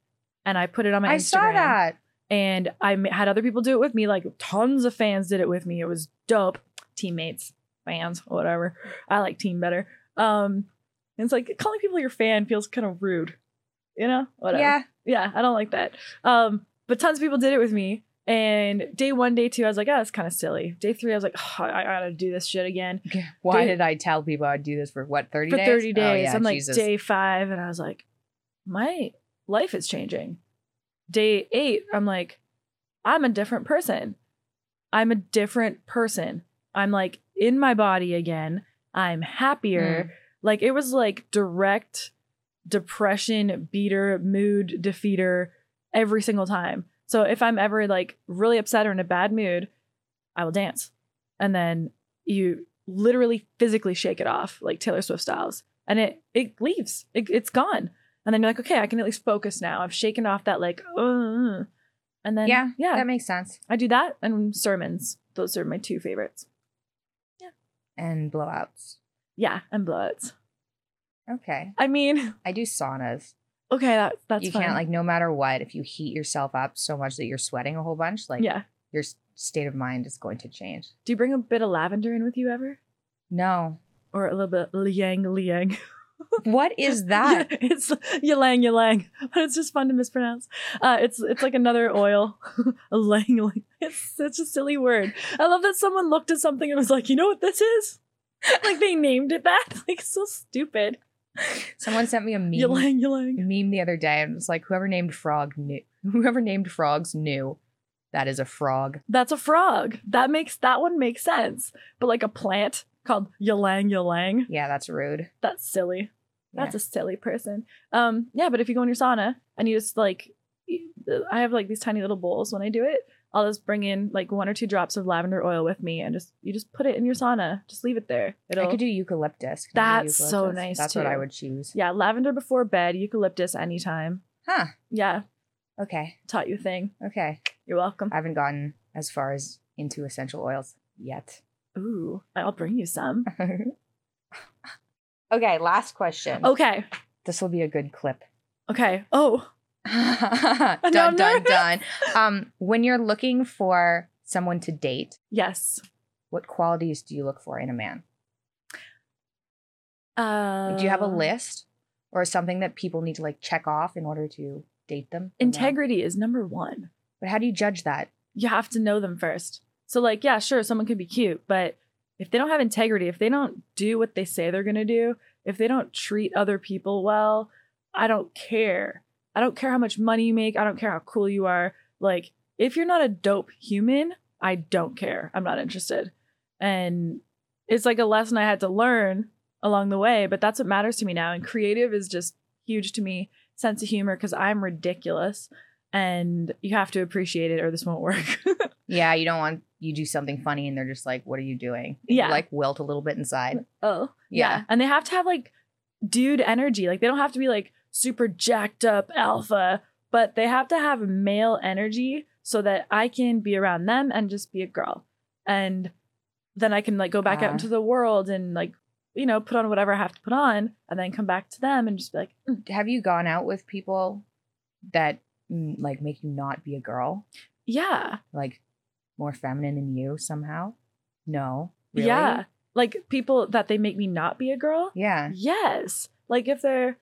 S2: and I put it on my
S1: I
S2: Instagram.
S1: saw that.
S2: And I m- had other people do it with me. Like tons of fans did it with me. It was dope. Teammates, fans, whatever. I like team better. Um, and it's like calling people your fan feels kind of rude, you know? Whatever
S1: Yeah.
S2: yeah, I don't like that. Um, but tons of people did it with me. And day one, day two, I was like, oh, that's kind of silly. Day three, I was like, oh, I I gotta do this shit again
S1: Why
S2: Dude.
S1: did I tell people I'd do this for what, 30
S2: for
S1: days?
S2: 30
S1: Oh,
S2: days.
S1: yeah,
S2: I'm like,
S1: Jesus.
S2: day five. And I was like, my life is changing. Day eight, I'm like, I'm a different person. I'm a different person. I'm like in my body again. I'm happier.
S1: Hmm.
S2: Like it was like direct depression beater, mood defeater every single time. So if I'm ever like really upset or in a bad mood, I will dance. And then you literally physically shake it off, like Taylor Swift styles. And it it leaves. It, it's gone. And then you're like, okay, I can at least focus now. I've shaken off that like, uh, and then
S1: yeah,
S2: yeah,
S1: that makes sense.
S2: I do that and sermons. Those are my two favorites.
S1: And blowouts.
S2: Yeah, and bloods.
S1: Okay.
S2: I mean,
S1: I do saunas.
S2: okay, that that's
S1: you
S2: fine.
S1: can't like no matter what, if you heat yourself up so much that you're sweating a whole bunch, like
S2: yeah.
S1: your s- state of mind is going to change.
S2: Do you bring a bit of lavender in with you ever?
S1: No.
S2: Or a little bit liang liang.
S1: what is that?
S2: Yeah, it's ylang ylang, but it's just fun to mispronounce. Uh, it's it's like another oil. a lang lang. It's such a silly word. I love that someone looked at something and was like, you know what this is? like they named it that. Like so stupid.
S1: Someone sent me a meme
S2: Ylang ylang.
S1: meme the other day, and it's like whoever named frog knew whoever named frogs knew that is a frog.
S2: That's a frog. That makes that one make sense. But like a plant called ylang ylang.
S1: Yeah, that's rude.
S2: that's silly. That's
S1: Yeah.
S2: a silly person. Um, yeah, but if you go in your sauna and you just like, I have like these tiny little bowls when I do it. I'll just bring in like one or two drops of lavender oil with me and just you just put it in your sauna. Just leave it there. It'll
S1: I could do eucalyptus. Can I do
S2: That's so
S1: eucalyptus?
S2: nice,
S1: That's what
S2: too.
S1: I would choose.
S2: yeah, lavender before bed, eucalyptus anytime.
S1: Huh.
S2: Yeah,
S1: Okay.
S2: taught you a thing.
S1: Okay.
S2: You're welcome.
S1: I haven't gotten as far as into essential oils yet.
S2: Ooh, I'll bring you some.
S1: okay, last question. Oh,
S2: Okay.
S1: this will be a good clip.
S2: Okay. Oh,
S1: dun
S2: know, I'm
S1: dun
S2: nervous.
S1: dun. Um, when you're looking for someone to date,
S2: yes.
S1: what qualities do you look for in a man?
S2: Uh,
S1: Like, do you have a list or something that people need to like check off in order to date them? or no?
S2: Integrity is number one.
S1: But how do you judge that?
S2: you have to know them first. So, like, yeah, sure, someone could be cute, but if they don't have integrity, if they don't do what they say they're going to do, if they don't treat other people well, I don't care. I don't care how much money you make. I don't care how cool you are. Like, if you're not a dope human, I don't care. I'm not interested. And it's like a lesson I had to learn along the way, but that's what matters to me now. And creative is just huge to me. Sense of humor, because I'm ridiculous and you have to appreciate it or this won't work.
S1: Yeah, you don't want you do something funny and they're just like, "What are you doing?"
S2: Yeah.
S1: You, like wilt a little bit inside.
S2: oh.
S1: Yeah.
S2: Yeah. And they have to have like dude energy. Like they don't have to be like super jacked up alpha, but they have to have male energy so that I can be around them and just be a girl. And then I can like go back
S1: Ah.
S2: out into the world and like, you know, put on whatever I have to put on and then come back to them and just be like, "Mm."
S1: Have you gone out with people that mm, like make you not be a girl,
S2: yeah.
S1: like more feminine than you somehow? No. Really?
S2: Yeah. Like people that they make me not be a girl.
S1: Yeah.
S2: Yes. Like if they're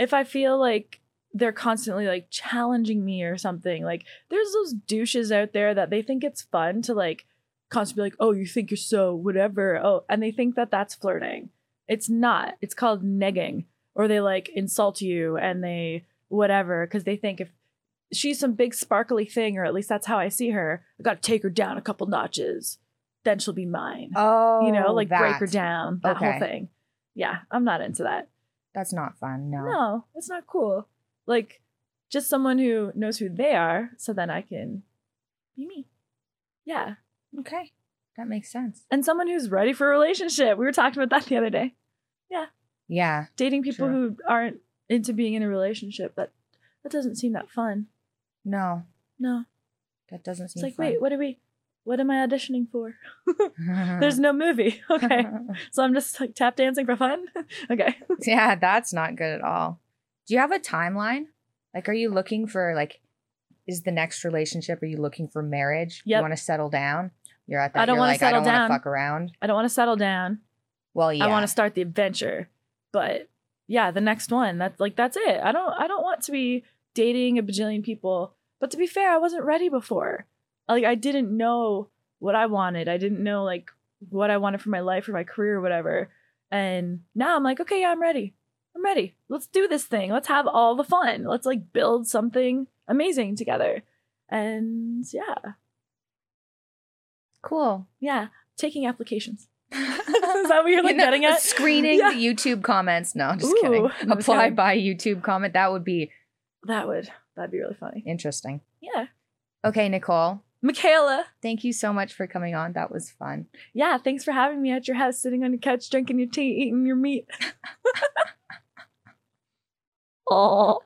S2: if I feel like they're constantly like challenging me or something, like there's those douches out there that they think it's fun to like constantly be like, oh, you think you're so whatever. Oh, and they think that that's flirting. It's not. It's called negging. Or they like insult you and they whatever because they think if she's some big sparkly thing, or at least that's how I see her, I gotta take her down a couple notches. Then she'll be mine
S1: Oh,
S2: you know, like break her
S1: that.
S2: down, that
S1: Okay.
S2: whole thing. Yeah, I'm not into that.
S1: That's not fun. No.
S2: No, it's not cool. Like, just someone who knows who they are, so then I can be me. Yeah,
S1: Okay. That makes sense.
S2: and someone who's ready for a relationship. We were talking about that the other day.
S1: Yeah.
S2: Dating people
S1: True.
S2: who aren't into being in a relationship that that doesn't seem that fun.
S1: No.
S2: No,
S1: That doesn't
S2: it's
S1: seem
S2: like
S1: fun. Uh-huh.
S2: wait, what are we? What am I auditioning for? There's no movie. Okay, so I'm just like tap dancing for fun. okay.
S1: yeah, that's not good at all. Do you have a timeline? Like, are you looking for like, is the next relationship? Are you looking for marriage? You
S2: Yep.
S1: want to settle down? You're at that.
S2: I don't
S1: you're
S2: wanna
S1: like,
S2: settle
S1: I don't wanna
S2: down.
S1: Fuck around.
S2: I don't want to settle down.
S1: Well, yeah.
S2: I want to start the adventure. But yeah, the next one. That's like that's it. I don't I don't want to be dating a bajillion people. But to be fair, I wasn't ready before. Like I didn't know what I wanted. I didn't know like what I wanted for my life or my career or whatever. And now I'm like, okay, yeah, I'm ready. I'm ready. Let's do this thing. Let's have all the fun. Let's like build something amazing together. And yeah,
S1: cool.
S2: yeah, taking applications. Is that what you're like
S1: You know,
S2: getting at?
S1: screening
S2: Yeah.
S1: the YouTube comments. No, I'm just
S2: Ooh,
S1: kidding.
S2: I'm just
S1: Apply
S2: kidding.
S1: by YouTube comment. That would be
S2: That would that'd be really funny.
S1: interesting.
S2: Yeah.
S1: Okay, Nicole.
S2: Michaela.
S1: Thank you so much for coming on. That was fun.
S2: Yeah, thanks for having me at your house, sitting on your couch, drinking your tea, eating your meat. oh.